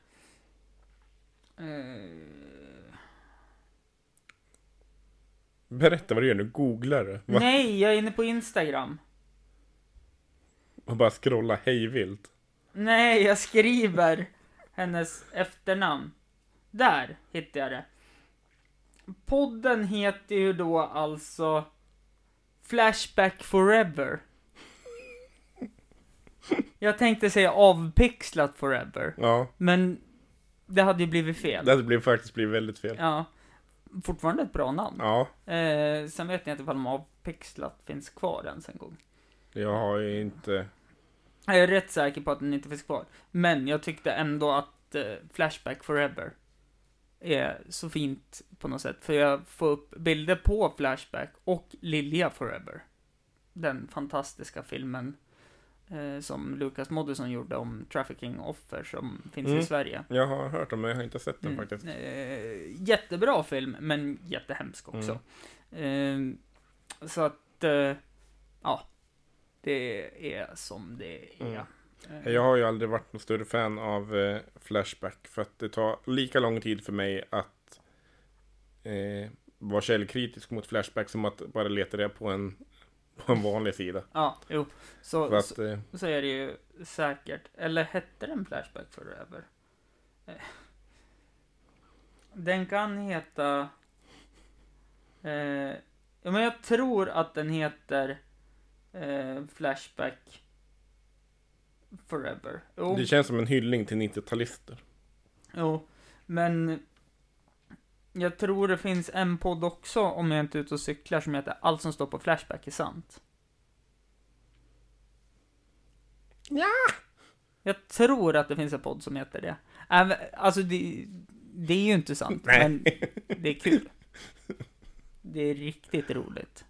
[SPEAKER 2] Eh,
[SPEAKER 1] Berätta vad du gör nu. Googlar du? Va?
[SPEAKER 2] nej, jag är inne på Instagram.
[SPEAKER 1] Och bara scrolla hejvilt.
[SPEAKER 2] Nej, jag skriver hennes efternamn. Där hittade jag det. Podden heter ju då alltså Flashback Forever. Jag tänkte säga avpixlat forever,
[SPEAKER 1] Ja,
[SPEAKER 2] men det hade ju blivit fel.
[SPEAKER 1] det hade blivit, faktiskt blivit väldigt fel.
[SPEAKER 2] Ja. Fortfarande ett bra namn.
[SPEAKER 1] Ja,
[SPEAKER 2] Eh, sen vet jag inte ifall de avpixlat finns kvar ens en gång.
[SPEAKER 1] jag har ju inte...
[SPEAKER 2] Jag är rätt säker på att den inte finns kvar. Men jag tyckte ändå att eh, Flashback Forever är så fint på något sätt. För jag får upp bilder på Flashback och Lilja Forever. Den fantastiska filmen eh, som Lucas Moodysson gjorde om trafficking-offer som finns
[SPEAKER 1] Mm.
[SPEAKER 2] i Sverige.
[SPEAKER 1] Jag har hört om det, jag har inte sett den
[SPEAKER 2] Mm.
[SPEAKER 1] faktiskt.
[SPEAKER 2] Eh, jättebra film, men jättehemsk
[SPEAKER 1] Mm.
[SPEAKER 2] också. Eh, så att, eh, ja. Det är som det är. Eh,
[SPEAKER 1] Mm. Jag har ju aldrig varit någon större fan av eh, Flashback för att det tar lika lång tid för mig att eh, vara källkritisk mot Flashback som att bara leta det på en, på en vanlig sida.
[SPEAKER 2] Ja, jo.
[SPEAKER 1] För
[SPEAKER 2] Så, så,
[SPEAKER 1] att, eh,
[SPEAKER 2] så är det ju säkert. Eller hette den Flashback Forever? Eh. Den kan heta... Eh, ja, men jag tror att den heter eh, Flashback Forever. Jo,
[SPEAKER 1] det känns som en hyllning till 90-talister.
[SPEAKER 2] jo, men... Jag tror det finns en podd också, om jag inte är ute och cyklar, som heter Allt som står på Flashback är sant.
[SPEAKER 1] Ja.
[SPEAKER 2] Jag tror att det finns en podd som heter det. Även, alltså, det, det är ju inte sant,
[SPEAKER 1] Nej.
[SPEAKER 2] men det
[SPEAKER 1] <laughs>
[SPEAKER 2] är kul. Det är riktigt roligt.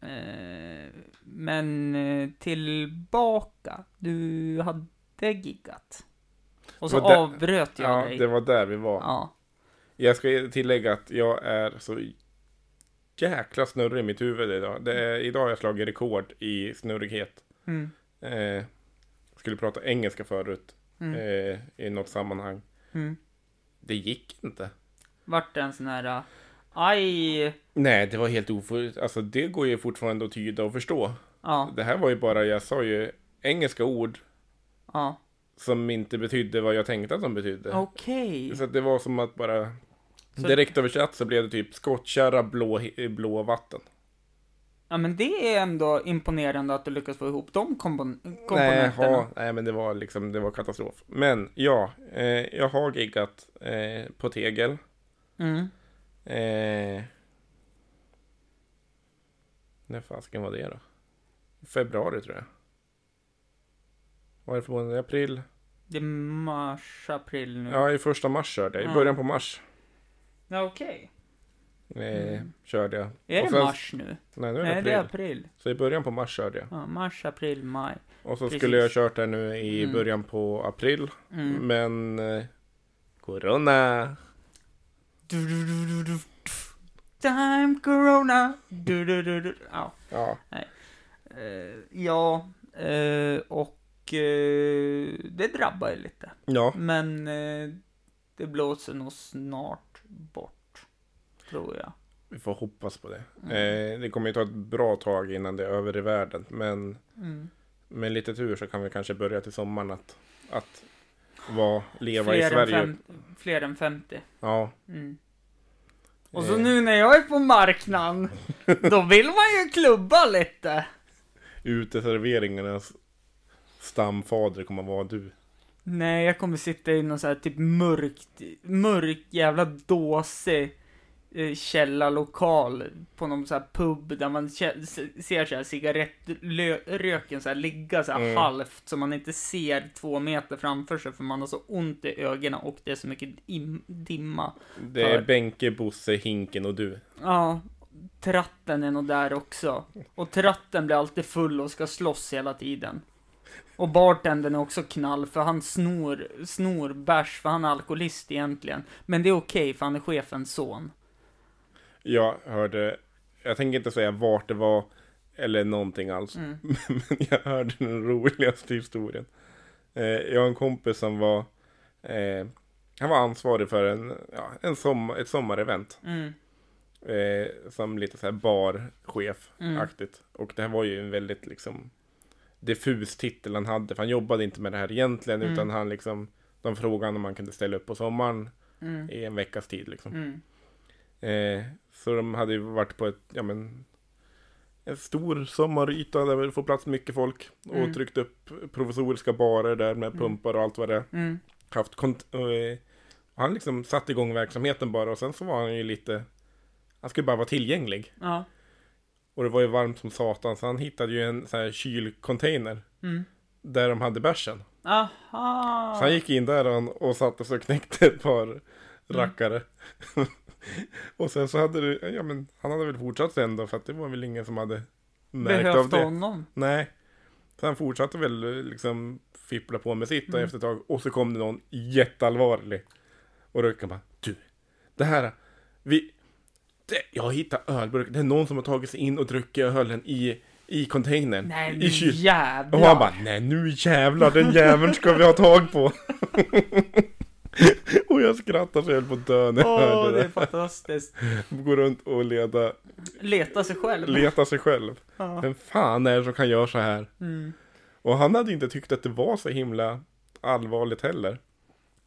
[SPEAKER 2] Eh, men eh, tillbaka. Du hade giggat. Och så
[SPEAKER 1] Det var där-
[SPEAKER 2] avbröt jag
[SPEAKER 1] Ja,
[SPEAKER 2] dig.
[SPEAKER 1] det var där vi var.
[SPEAKER 2] Ja.
[SPEAKER 1] Jag ska tillägga att jag är så jäkla snurrig i mitt huvud idag. Det är, idag har jag slagit rekord i snurrighet.
[SPEAKER 2] Mm.
[SPEAKER 1] Eh, skulle prata engelska förut
[SPEAKER 2] Mm.
[SPEAKER 1] eh, i något sammanhang.
[SPEAKER 2] Mm.
[SPEAKER 1] Det gick inte.
[SPEAKER 2] Vart det en sån här... eh, Aj!
[SPEAKER 1] Nej, det var helt oförut. Alltså det går ju fortfarande att tyda och förstå.
[SPEAKER 2] Ja,
[SPEAKER 1] Det här var ju bara, jag sa ju engelska ord
[SPEAKER 2] ja.
[SPEAKER 1] som inte betydde vad jag tänkte att de betydde.
[SPEAKER 2] Okej.
[SPEAKER 1] Så att det var som att bara
[SPEAKER 2] Så-
[SPEAKER 1] direkt översatt så blev det typ skottkärra blå, blå vatten.
[SPEAKER 2] Ja, men det är ändå imponerande att du lyckas få ihop de kompon
[SPEAKER 1] Nej,
[SPEAKER 2] komponenterna.
[SPEAKER 1] ja, nej, men det var liksom, det var katastrof. Men ja, eh, jag har giggat eh, på Tegel.
[SPEAKER 2] Mm.
[SPEAKER 1] Eh, när fasken var det då? Februari tror jag. Var det för månad? April?
[SPEAKER 2] Det är mars, april nu. Ja,
[SPEAKER 1] Ja, i första mars körde jag. I
[SPEAKER 2] Mm. Ja.
[SPEAKER 1] början på mars
[SPEAKER 2] okej.
[SPEAKER 1] eh,
[SPEAKER 2] Mm.
[SPEAKER 1] körde jag.
[SPEAKER 2] Är
[SPEAKER 1] Och
[SPEAKER 2] det
[SPEAKER 1] sen-
[SPEAKER 2] mars nu?
[SPEAKER 1] Nej, nu är det
[SPEAKER 2] Nej,
[SPEAKER 1] april.
[SPEAKER 2] det är april.
[SPEAKER 1] Så i början på mars körde jag.
[SPEAKER 2] Ja, mars, april, maj.
[SPEAKER 1] Och så
[SPEAKER 2] Precis.
[SPEAKER 1] skulle jag kört det nu i
[SPEAKER 2] Mm.
[SPEAKER 1] början på april.
[SPEAKER 2] Mm.
[SPEAKER 1] Men... Eh, corona!
[SPEAKER 2] Du, du, du, du, du. Time corona! Du, du, du, du. Ja.
[SPEAKER 1] Ja,
[SPEAKER 2] Eh, ja, eh, och eh, det drabbar ju lite.
[SPEAKER 1] ja.
[SPEAKER 2] Men eh, det blåser nog snart bort, tror jag.
[SPEAKER 1] vi får hoppas på det.
[SPEAKER 2] Mm.
[SPEAKER 1] Eh, det kommer ju ta ett bra tag innan det är över i världen. Men
[SPEAKER 2] Mm.
[SPEAKER 1] Med lite tur så kan vi kanske börja till sommaren att, att vara, leva i
[SPEAKER 2] fler, än
[SPEAKER 1] Sverige.
[SPEAKER 2] fem, fler än 50.
[SPEAKER 1] Ja,
[SPEAKER 2] Mm. Och så
[SPEAKER 1] Eh.
[SPEAKER 2] nu när jag är
[SPEAKER 1] <laughs>
[SPEAKER 2] på marknaden, då vill man ju klubba lite.
[SPEAKER 1] uteserveringarnas stamfader kommer vara du.
[SPEAKER 2] Nej, jag kommer sitta i någon så här typ mörkt, mörk jävla dåsig eh, källarlokal på någon så här pub där man kä- se- ser så här cigarettröken så här ligga så här
[SPEAKER 1] Mm.
[SPEAKER 2] halvt så man inte ser två meter framför sig för man har så ont i ögonen och det är så mycket im- dimma.
[SPEAKER 1] Det är
[SPEAKER 2] För-
[SPEAKER 1] Benke, Bosse, Hinken och du.
[SPEAKER 2] Ja, tratten är nog där också. Och tratten blir alltid full och ska slåss hela tiden. Och bartendern är också knall för han snor, snor bärs för han är alkoholist egentligen. Men det är okej för han är chefens son.
[SPEAKER 1] Jag hörde, jag tänker inte säga vart det var eller någonting alls.
[SPEAKER 2] Mm.
[SPEAKER 1] <laughs> Men jag hörde den roligaste historien. Eh, jag har en kompis som var, eh, han var ansvarig för en, ja, en som, ett sommarevent.
[SPEAKER 2] Mm.
[SPEAKER 1] Eh, som lite så här
[SPEAKER 2] Mm.
[SPEAKER 1] barchef-aktigt. Och det här var ju en väldigt liksom diffus titel han hade. För han jobbade inte med det här egentligen.
[SPEAKER 2] Mm.
[SPEAKER 1] Utan han liksom, de frågade om han kunde ställa upp på sommaren
[SPEAKER 2] Mm.
[SPEAKER 1] i en veckas tid liksom.
[SPEAKER 2] Mm.
[SPEAKER 1] Eh, så de hade ju varit på ett, ja men, en stor sommaryta där det får plats mycket folk. Och
[SPEAKER 2] Mm.
[SPEAKER 1] tryckt upp provisoriska barer där med pumpar och allt vad det är.
[SPEAKER 2] Mm.
[SPEAKER 1] Haft kont- och, eh, han liksom satte igång verksamheten bara och sen så var han ju lite, han skulle bara vara tillgänglig.
[SPEAKER 2] Ja.
[SPEAKER 1] Och det var ju varmt som satan så han hittade ju en sån här kylcontainer
[SPEAKER 2] Mm.
[SPEAKER 1] där de hade bärsen. Så han
[SPEAKER 2] Aha.
[SPEAKER 1] gick in där och, han- och satte sig och knäckte ett
[SPEAKER 2] Mm.
[SPEAKER 1] par rackare. <laughs> och sen så hade det, ja men han hade väl fortsatt sen då för att det var väl ingen som hade märkt av
[SPEAKER 2] Behövt
[SPEAKER 1] det.
[SPEAKER 2] honom.
[SPEAKER 1] Nej. Så han fortsatte väl eh, liksom fippla på med sitt då
[SPEAKER 2] Mm.
[SPEAKER 1] efter ett tag. Och så kom det någon jätteallvarlig. Och rökaren bara, du, det här, vi, det, jag har hittat ölburk. Det är någon som har tagit sig in och druckit ölen i, i containern.
[SPEAKER 2] Nej
[SPEAKER 1] I kyl.
[SPEAKER 2] nu
[SPEAKER 1] Och han
[SPEAKER 2] jävlar.
[SPEAKER 1] bara, nej nu jävlar, den jäveln ska vi ha tag
[SPEAKER 2] <laughs>
[SPEAKER 1] på. och jag skrattar så jag höll på att dö när jag
[SPEAKER 2] Åh,
[SPEAKER 1] hörde
[SPEAKER 2] det är
[SPEAKER 1] det.
[SPEAKER 2] fantastiskt.
[SPEAKER 1] Gå runt och leda,
[SPEAKER 2] Leta sig själv.
[SPEAKER 1] leta sig själv.
[SPEAKER 2] Ja.
[SPEAKER 1] Vem fan är det som kan göra så här?
[SPEAKER 2] Mm.
[SPEAKER 1] Och han hade inte tyckt att det var så himla allvarligt heller.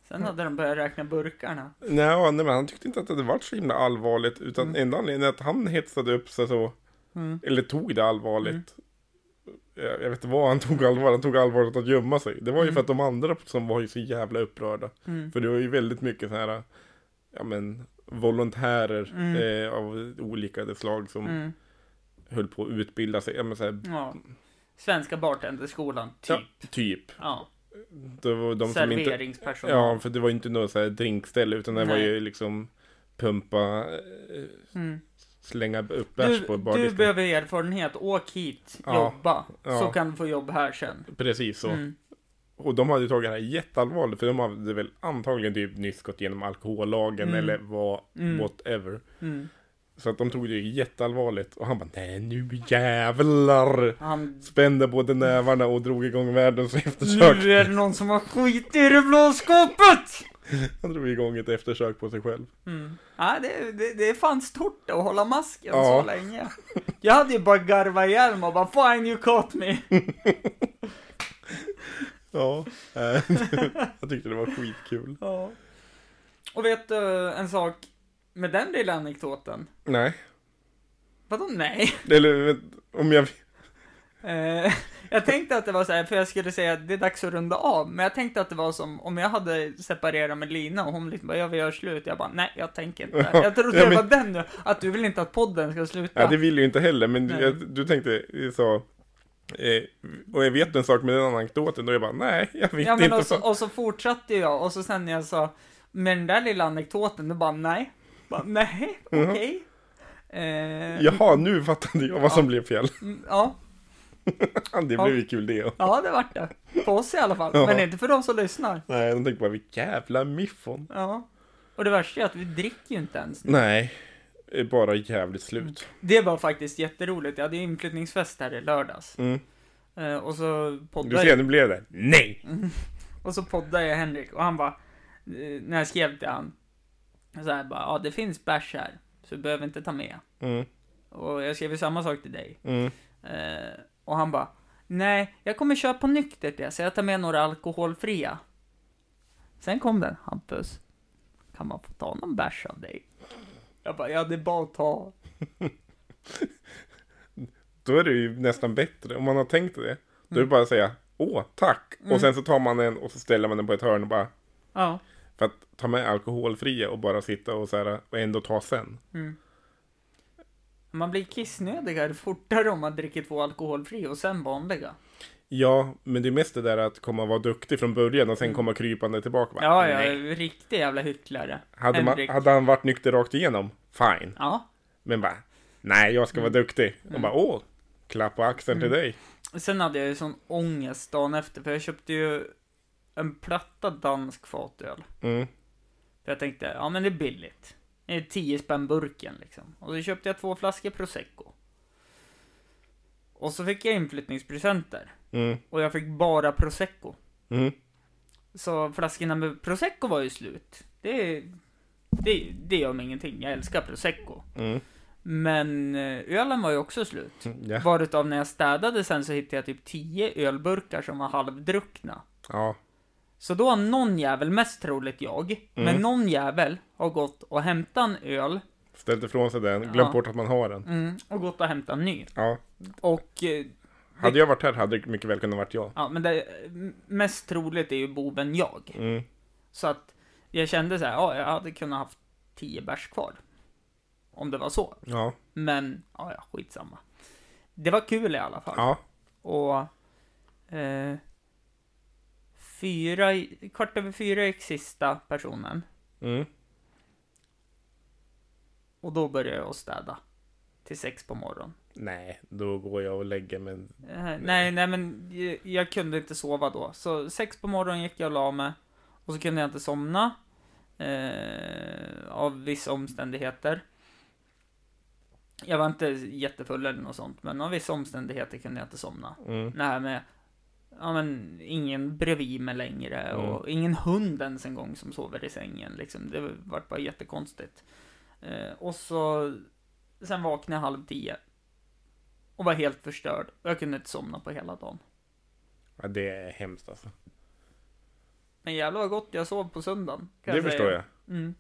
[SPEAKER 2] Sen hade de börjat räkna burkarna.
[SPEAKER 1] Nej, nej men han tyckte inte att det var så himla allvarligt. Utan
[SPEAKER 2] Mm.
[SPEAKER 1] enda anledningen är att han hetsade upp sig så.
[SPEAKER 2] Mm.
[SPEAKER 1] Eller tog det allvarligt. Jag, jag vet inte vad han tog allvarligt. Han tog allvarligt att gömma sig. Det var ju
[SPEAKER 2] Mm.
[SPEAKER 1] för att de andra som var ju så jävla upprörda.
[SPEAKER 2] Mm.
[SPEAKER 1] För det var ju väldigt mycket så här. Ja men volontärer
[SPEAKER 2] Mm.
[SPEAKER 1] eh, av olika slag som
[SPEAKER 2] Mm.
[SPEAKER 1] höll på att utbilda sig. Ja men så här,
[SPEAKER 2] Ja. Svenska bartenderskolan, typ.
[SPEAKER 1] ja, typ.
[SPEAKER 2] Ja.
[SPEAKER 1] Det var de som inte,
[SPEAKER 2] Serveringspersonal.
[SPEAKER 1] Ja, för det var ju inte något så här drinkställe utan det var
[SPEAKER 2] Nej.
[SPEAKER 1] ju liksom pumpa, eh,
[SPEAKER 2] Mm.
[SPEAKER 1] slänga upp bärs
[SPEAKER 2] Du,
[SPEAKER 1] på
[SPEAKER 2] du
[SPEAKER 1] bardisken.
[SPEAKER 2] behöver erfarenhet, åk hit,
[SPEAKER 1] Ja.
[SPEAKER 2] jobba.
[SPEAKER 1] Ja.
[SPEAKER 2] Så kan du få jobb här sen.
[SPEAKER 1] Precis så.
[SPEAKER 2] Mm.
[SPEAKER 1] Och de hade ju tagit det här jätteallvarligt för de hade väl antagligen typ nyss gått igenom alkohollagen
[SPEAKER 2] Mm.
[SPEAKER 1] eller vad,
[SPEAKER 2] Mm.
[SPEAKER 1] whatever.
[SPEAKER 2] Mm.
[SPEAKER 1] Så att de tog det ju jätteallvarligt och han bara nej nu jävlar!
[SPEAKER 2] Han...
[SPEAKER 1] Spände både nävarna och drog igång världens eftersök.
[SPEAKER 2] Nu är det någon som har skit i det blå skåpet!
[SPEAKER 1] Han drog igång ett eftersök på sig själv.
[SPEAKER 2] Mm. Ja, det, det, det är fan stort att hålla masken
[SPEAKER 1] Ja.
[SPEAKER 2] så länge. Jag hade ju bara garvat ihjäl mig och bara 'Fine you caught me'
[SPEAKER 1] Ja, eh, <laughs> jag tyckte det var skitkul.
[SPEAKER 2] Ja. Och vet du en sak med den lilla anekdoten?
[SPEAKER 1] Nej,
[SPEAKER 2] Vadå nej?
[SPEAKER 1] eller vänt- om jag
[SPEAKER 2] Eh, <laughs> jag tänkte att det var så här, för jag skulle säga att det är dags att runda av, men jag tänkte att det var som om jag hade separerat med Lina och hon liksom bara, jag vill göra slut. Jag bara, nej, jag tänker inte.
[SPEAKER 1] <laughs> Ja,
[SPEAKER 2] Jag trodde
[SPEAKER 1] ja,
[SPEAKER 2] det
[SPEAKER 1] men-
[SPEAKER 2] var den nu, att du vill inte att podden ska sluta.
[SPEAKER 1] Ja, det vill ju inte heller, men
[SPEAKER 2] Nej.
[SPEAKER 1] jag, du tänkte, du sa, eh, och jag vet en sak med den anekdoten, och jag bara, nej, jag vet
[SPEAKER 2] Ja, men alltså,
[SPEAKER 1] inte.
[SPEAKER 2] och, så,
[SPEAKER 1] fan.
[SPEAKER 2] och så fortsatte jag, och så sen när jag sa, med den där lilla anekdoten, då bara, nej. Bara,
[SPEAKER 1] <laughs>
[SPEAKER 2] nej,
[SPEAKER 1] Mhm.
[SPEAKER 2] okej. Eh, ja.
[SPEAKER 1] Jaha, nu fattade jag vad som blev fel. <laughs>
[SPEAKER 2] ja,
[SPEAKER 1] det blev
[SPEAKER 2] Ja.
[SPEAKER 1] ju kul det.
[SPEAKER 2] ja, det vart det. För oss i alla fall,
[SPEAKER 1] Ja.
[SPEAKER 2] men inte för de som lyssnar.
[SPEAKER 1] Nej, de tänkte bara, vilken jävla miffon.
[SPEAKER 2] Ja. Och det värsta är att vi dricker ju inte ens nu.
[SPEAKER 1] Nej, eh, bara jävligt slut.
[SPEAKER 2] Det var faktiskt jätteroligt. Jag hade inflyttningsfest här i lördags.
[SPEAKER 1] Mm.
[SPEAKER 2] Eh, och, så
[SPEAKER 1] Du
[SPEAKER 2] poddade,
[SPEAKER 1] ser, nu blev det. Nej!
[SPEAKER 2] Mm. och så poddade jag Henrik och han bara, eh, när jag skrev till han, så här bara, ja det finns bärs här, så du behöver inte ta med.
[SPEAKER 1] Mm,
[SPEAKER 2] Och jag skrev ju samma sak till dig.
[SPEAKER 1] mm,
[SPEAKER 2] Eh, och han bara, nej, jag kommer köpa nyktert det, så jag tar med några alkoholfria. Sen kom den, Hampus, kan man få ta någon bärs av dig? Jag bara, ja det är bara att ta.
[SPEAKER 1] då är det ju nästan bättre, om man har tänkt det. Då
[SPEAKER 2] Mm.
[SPEAKER 1] är det bara att säga, åh, tack! Och sen så tar man en och så ställer man den på ett hörn och bara,
[SPEAKER 2] Ja.
[SPEAKER 1] för att ta med alkoholfria och bara sitta och så här, och ändå ta sen.
[SPEAKER 2] Man blir kissnödigare fortare om man dricker två alkoholfria och sen vanliga.
[SPEAKER 1] Ja, men det är mest det där att komma och vara duktig från början och sen komma krypande tillbaka. Bara,
[SPEAKER 2] Mm. Ja, ja,
[SPEAKER 1] nej.
[SPEAKER 2] riktig jävla hycklare.
[SPEAKER 1] Hade, man,
[SPEAKER 2] Henrik.
[SPEAKER 1] hade han varit nykter rakt igenom, fine.
[SPEAKER 2] Ja. Mm.
[SPEAKER 1] Men bara, nej, jag ska vara duktig. Och bara, åh, klapp på axeln till dig.
[SPEAKER 2] Sen hade jag ju sån ångest dagen efter, för jag köpte ju en platta dansk fatöl.
[SPEAKER 1] Mm.
[SPEAKER 2] För jag tänkte, ja men det är billigt. Det är 10 spänn burken liksom. Och så köpte jag två flaskor prosecco. Och så fick jag inflyttningspresenter.
[SPEAKER 1] Mm.
[SPEAKER 2] Och jag fick bara prosecco.
[SPEAKER 1] Mm.
[SPEAKER 2] Så flaskorna med prosecco var ju slut. Det, det, det gör mig ingenting, jag älskar prosecco.
[SPEAKER 1] Mm.
[SPEAKER 2] Men eh, ölen var ju också slut.
[SPEAKER 1] Ja.
[SPEAKER 2] Varutav när jag städade sen så hittade jag typ 10 ölburkar som var halvdruckna.
[SPEAKER 1] ja.
[SPEAKER 2] Så då har någon jävel, mest troligt jag, men någon jävel har gått och hämtat en öl
[SPEAKER 1] Ställt ifrån sig den. Glömt
[SPEAKER 2] Ja.
[SPEAKER 1] bort att man har den.
[SPEAKER 2] mm, och gått och hämtat en ny.
[SPEAKER 1] Ja.
[SPEAKER 2] Och, eh,
[SPEAKER 1] Hade jag varit här hade det mycket väl kunnat varit jag.
[SPEAKER 2] ja men det eh, mest troligt är ju boven jag.
[SPEAKER 1] Mm.
[SPEAKER 2] Så att jag kände så här, ja jag hade kunnat haft 10 bärs kvar. Om det var så.
[SPEAKER 1] Ja.
[SPEAKER 2] Men, ja ja, skitsamma. Det var kul i alla fall.
[SPEAKER 1] Ja.
[SPEAKER 2] Och... Eh, fyra, i- kvart över fyra gick sista personen.
[SPEAKER 1] Mm.
[SPEAKER 2] Och då började jag städa. Till sex på morgonen.
[SPEAKER 1] Nej, då går jag och lägger mig.
[SPEAKER 2] Eh, nej, nej men jag, jag kunde inte sova då. Så sex på morgonen gick jag och la mig. Och så kunde jag inte somna. Eh, av vissa omständigheter. Jag var inte jättefull eller något sånt, men av vissa omständigheter kunde jag inte somna.
[SPEAKER 1] Mm.
[SPEAKER 2] Det här med, ja men, ingen bredvid mig längre
[SPEAKER 1] Mm.
[SPEAKER 2] och ingen hund ens en gång som sover i sängen liksom. Det vart bara jättekonstigt. Eh, och så, sen vaknade jag halv tio. Och var helt förstörd. Och jag kunde inte somna på hela dagen.
[SPEAKER 1] Ja, det är hemskt alltså.
[SPEAKER 2] Men jävlar vad gott jag sov på söndagen. kan
[SPEAKER 1] Det
[SPEAKER 2] säga.
[SPEAKER 1] förstår jag.
[SPEAKER 2] Mm.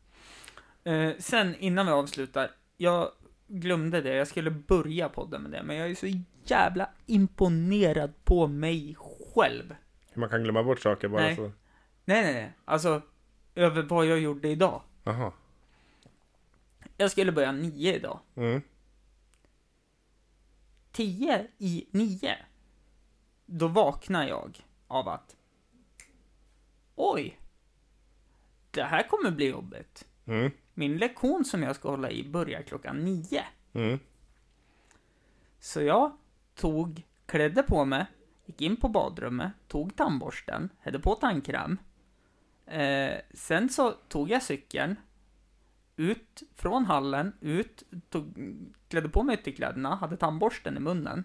[SPEAKER 2] Eh, sen innan vi avslutar, jag glömde det, jag skulle börja podden med det, men jag är så jävla imponerad på mig själv.
[SPEAKER 1] Hur man kan glömma bort saker bara
[SPEAKER 2] Nej.
[SPEAKER 1] så.
[SPEAKER 2] Nej, nej, nej, alltså över vad jag gjorde idag.
[SPEAKER 1] Jaha.
[SPEAKER 2] Jag skulle börja nio idag.
[SPEAKER 1] Mm.
[SPEAKER 2] Tio i nio. Då vaknar jag av att Oj! Det här kommer bli jobbigt.
[SPEAKER 1] Mm.
[SPEAKER 2] Min lektion som jag ska hålla i börjar klockan nio.
[SPEAKER 1] Mm.
[SPEAKER 2] Så jag tog, klädde på mig, gick in på badrummet, tog tandborsten, hällde på tandkräm. Eh, sen så tog jag cykeln, ut från hallen, ut, tog, klädde på mig ytterkläderna, hade tandborsten i munnen,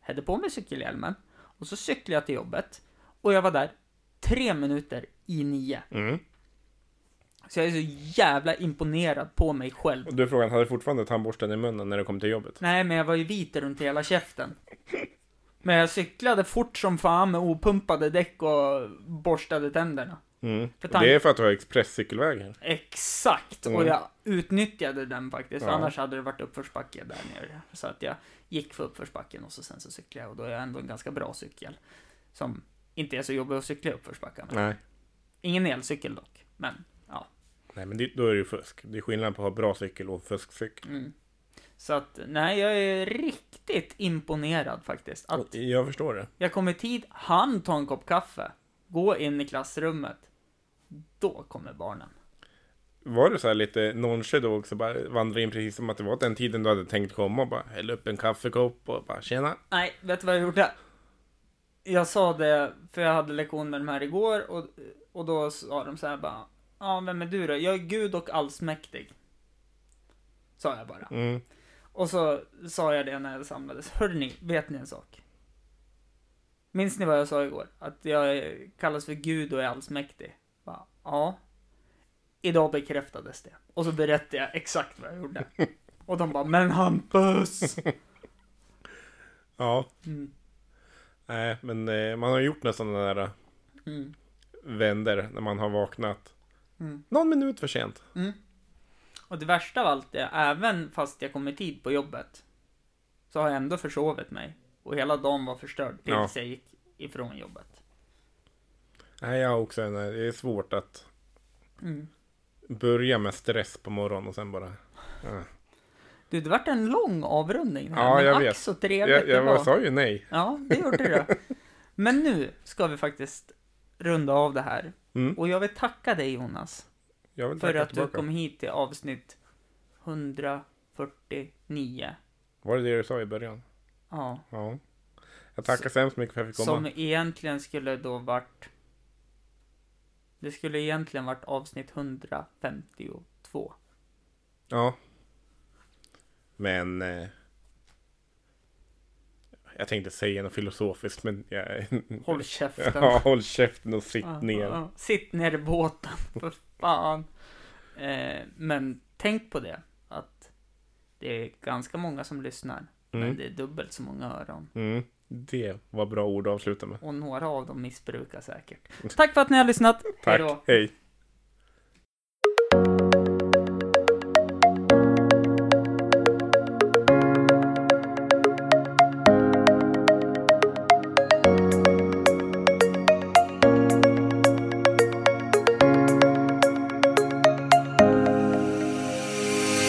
[SPEAKER 2] hällde på mig cykelhjälmen och så cyklade jag till jobbet och jag var där tre minuter i nio.
[SPEAKER 1] Mm.
[SPEAKER 2] Så jag är så jävla imponerad på mig själv.
[SPEAKER 1] Och du frågan, hade du fortfarande tandborsten i munnen när du kom till jobbet?
[SPEAKER 2] Nej, men jag var ju vit runt hela käften. Men jag cyklade fort som fan med opumpade däck och borstade tänderna.
[SPEAKER 1] Mm.
[SPEAKER 2] För tan-
[SPEAKER 1] Det är för att du har expresscykelväg här.
[SPEAKER 2] Exakt! Och
[SPEAKER 1] Mm.
[SPEAKER 2] jag utnyttjade den faktiskt,
[SPEAKER 1] Ja.
[SPEAKER 2] annars hade det varit uppförsbacke där nere. Så att jag gick för uppförsbacken och så sen så cyklade jag och då är jag ändå en ganska bra cykel. Som inte är så jobbig att cykla i uppförsbackar med.
[SPEAKER 1] Nej.
[SPEAKER 2] Ingen elcykel dock, men ja.
[SPEAKER 1] Nej, men det, då är det ju fusk. Det är skillnad på att ha bra cykel och fuskcykel.
[SPEAKER 2] Mm. Så att, nej, jag är riktigt imponerad faktiskt. Att
[SPEAKER 1] Jag förstår det.
[SPEAKER 2] Jag kommer i tid, han tar en kopp kaffe, gå in i klassrummet. Då kommer barnen.
[SPEAKER 1] Var du så här lite nonchalant då också? Bara vandra in precis som att det var den tiden du hade tänkt komma och bara hälla upp en kaffekopp och bara tjena.
[SPEAKER 2] Nej, vet du vad jag gjorde? Jag sa det, för jag hade lektion med de här igår och, och då sa de så här bara, ja vem är du då? Jag är Gud och allsmäktig. Sa jag bara.
[SPEAKER 1] Mm.
[SPEAKER 2] Och så sa jag det när jag samlades. Hörrni, vet ni en sak? Minns ni vad jag sa igår? Att jag eh, kallas för Gud och är allsmäktig. Va? Ja. Idag bekräftades det. Och så berättade jag exakt vad jag
[SPEAKER 1] <laughs>
[SPEAKER 2] gjorde. Och de bara, men Hampus!
[SPEAKER 1] Ja,
[SPEAKER 2] Mm,
[SPEAKER 1] nej, men eh, man har gjort nästan den där eh,
[SPEAKER 2] mm,
[SPEAKER 1] vänder när man har vaknat.
[SPEAKER 2] mm,
[SPEAKER 1] Någon minut för sent.
[SPEAKER 2] mm. Och det värsta av allt är, även fast jag kom i tid på jobbet, så har jag ändå försovit mig. Och hela dagen var förstörd tills jag gick ifrån jobbet.
[SPEAKER 1] Nej, jag har också en, det är svårt att
[SPEAKER 2] Mm.
[SPEAKER 1] börja med stress på morgonen och sen bara... eh.
[SPEAKER 2] Du, det vart en lång avrundning här,
[SPEAKER 1] Ja,
[SPEAKER 2] men
[SPEAKER 1] jag
[SPEAKER 2] ack
[SPEAKER 1] vet.
[SPEAKER 2] så trevligt
[SPEAKER 1] Jag,
[SPEAKER 2] det
[SPEAKER 1] jag
[SPEAKER 2] var.
[SPEAKER 1] var- sa ju nej.
[SPEAKER 2] Ja, det gjorde du. Men nu ska vi faktiskt runda av det här.
[SPEAKER 1] Mm.
[SPEAKER 2] Och jag vill tacka dig Jonas,
[SPEAKER 1] Jag vill
[SPEAKER 2] för
[SPEAKER 1] tacka
[SPEAKER 2] att du
[SPEAKER 1] tillbaka.
[SPEAKER 2] kom hit till avsnitt 149.
[SPEAKER 1] Var det det du sa i början?
[SPEAKER 2] Ja,
[SPEAKER 1] Ja. Jag tackar så hemskt mycket för att jag fick
[SPEAKER 2] Som
[SPEAKER 1] komma.
[SPEAKER 2] egentligen skulle då varit... Det skulle egentligen varit avsnitt 152.
[SPEAKER 1] Ja. Men... Eh, jag tänkte säga något filosofiskt, men... Jag, <laughs>
[SPEAKER 2] Håll käften.
[SPEAKER 1] ja, håll käften och sitt
[SPEAKER 2] Ja,
[SPEAKER 1] ner.
[SPEAKER 2] ja. Sitt ner i båten, <laughs> för fan. Eh, men tänk på det, att det är ganska många som lyssnar, men
[SPEAKER 1] Mm.
[SPEAKER 2] det är dubbelt så många öron.
[SPEAKER 1] Mm. Det var bra ord att avsluta med.
[SPEAKER 2] Och några av dem missbrukar säkert. Tack för att ni har lyssnat. Hej
[SPEAKER 1] Tack,
[SPEAKER 2] då.
[SPEAKER 1] hej.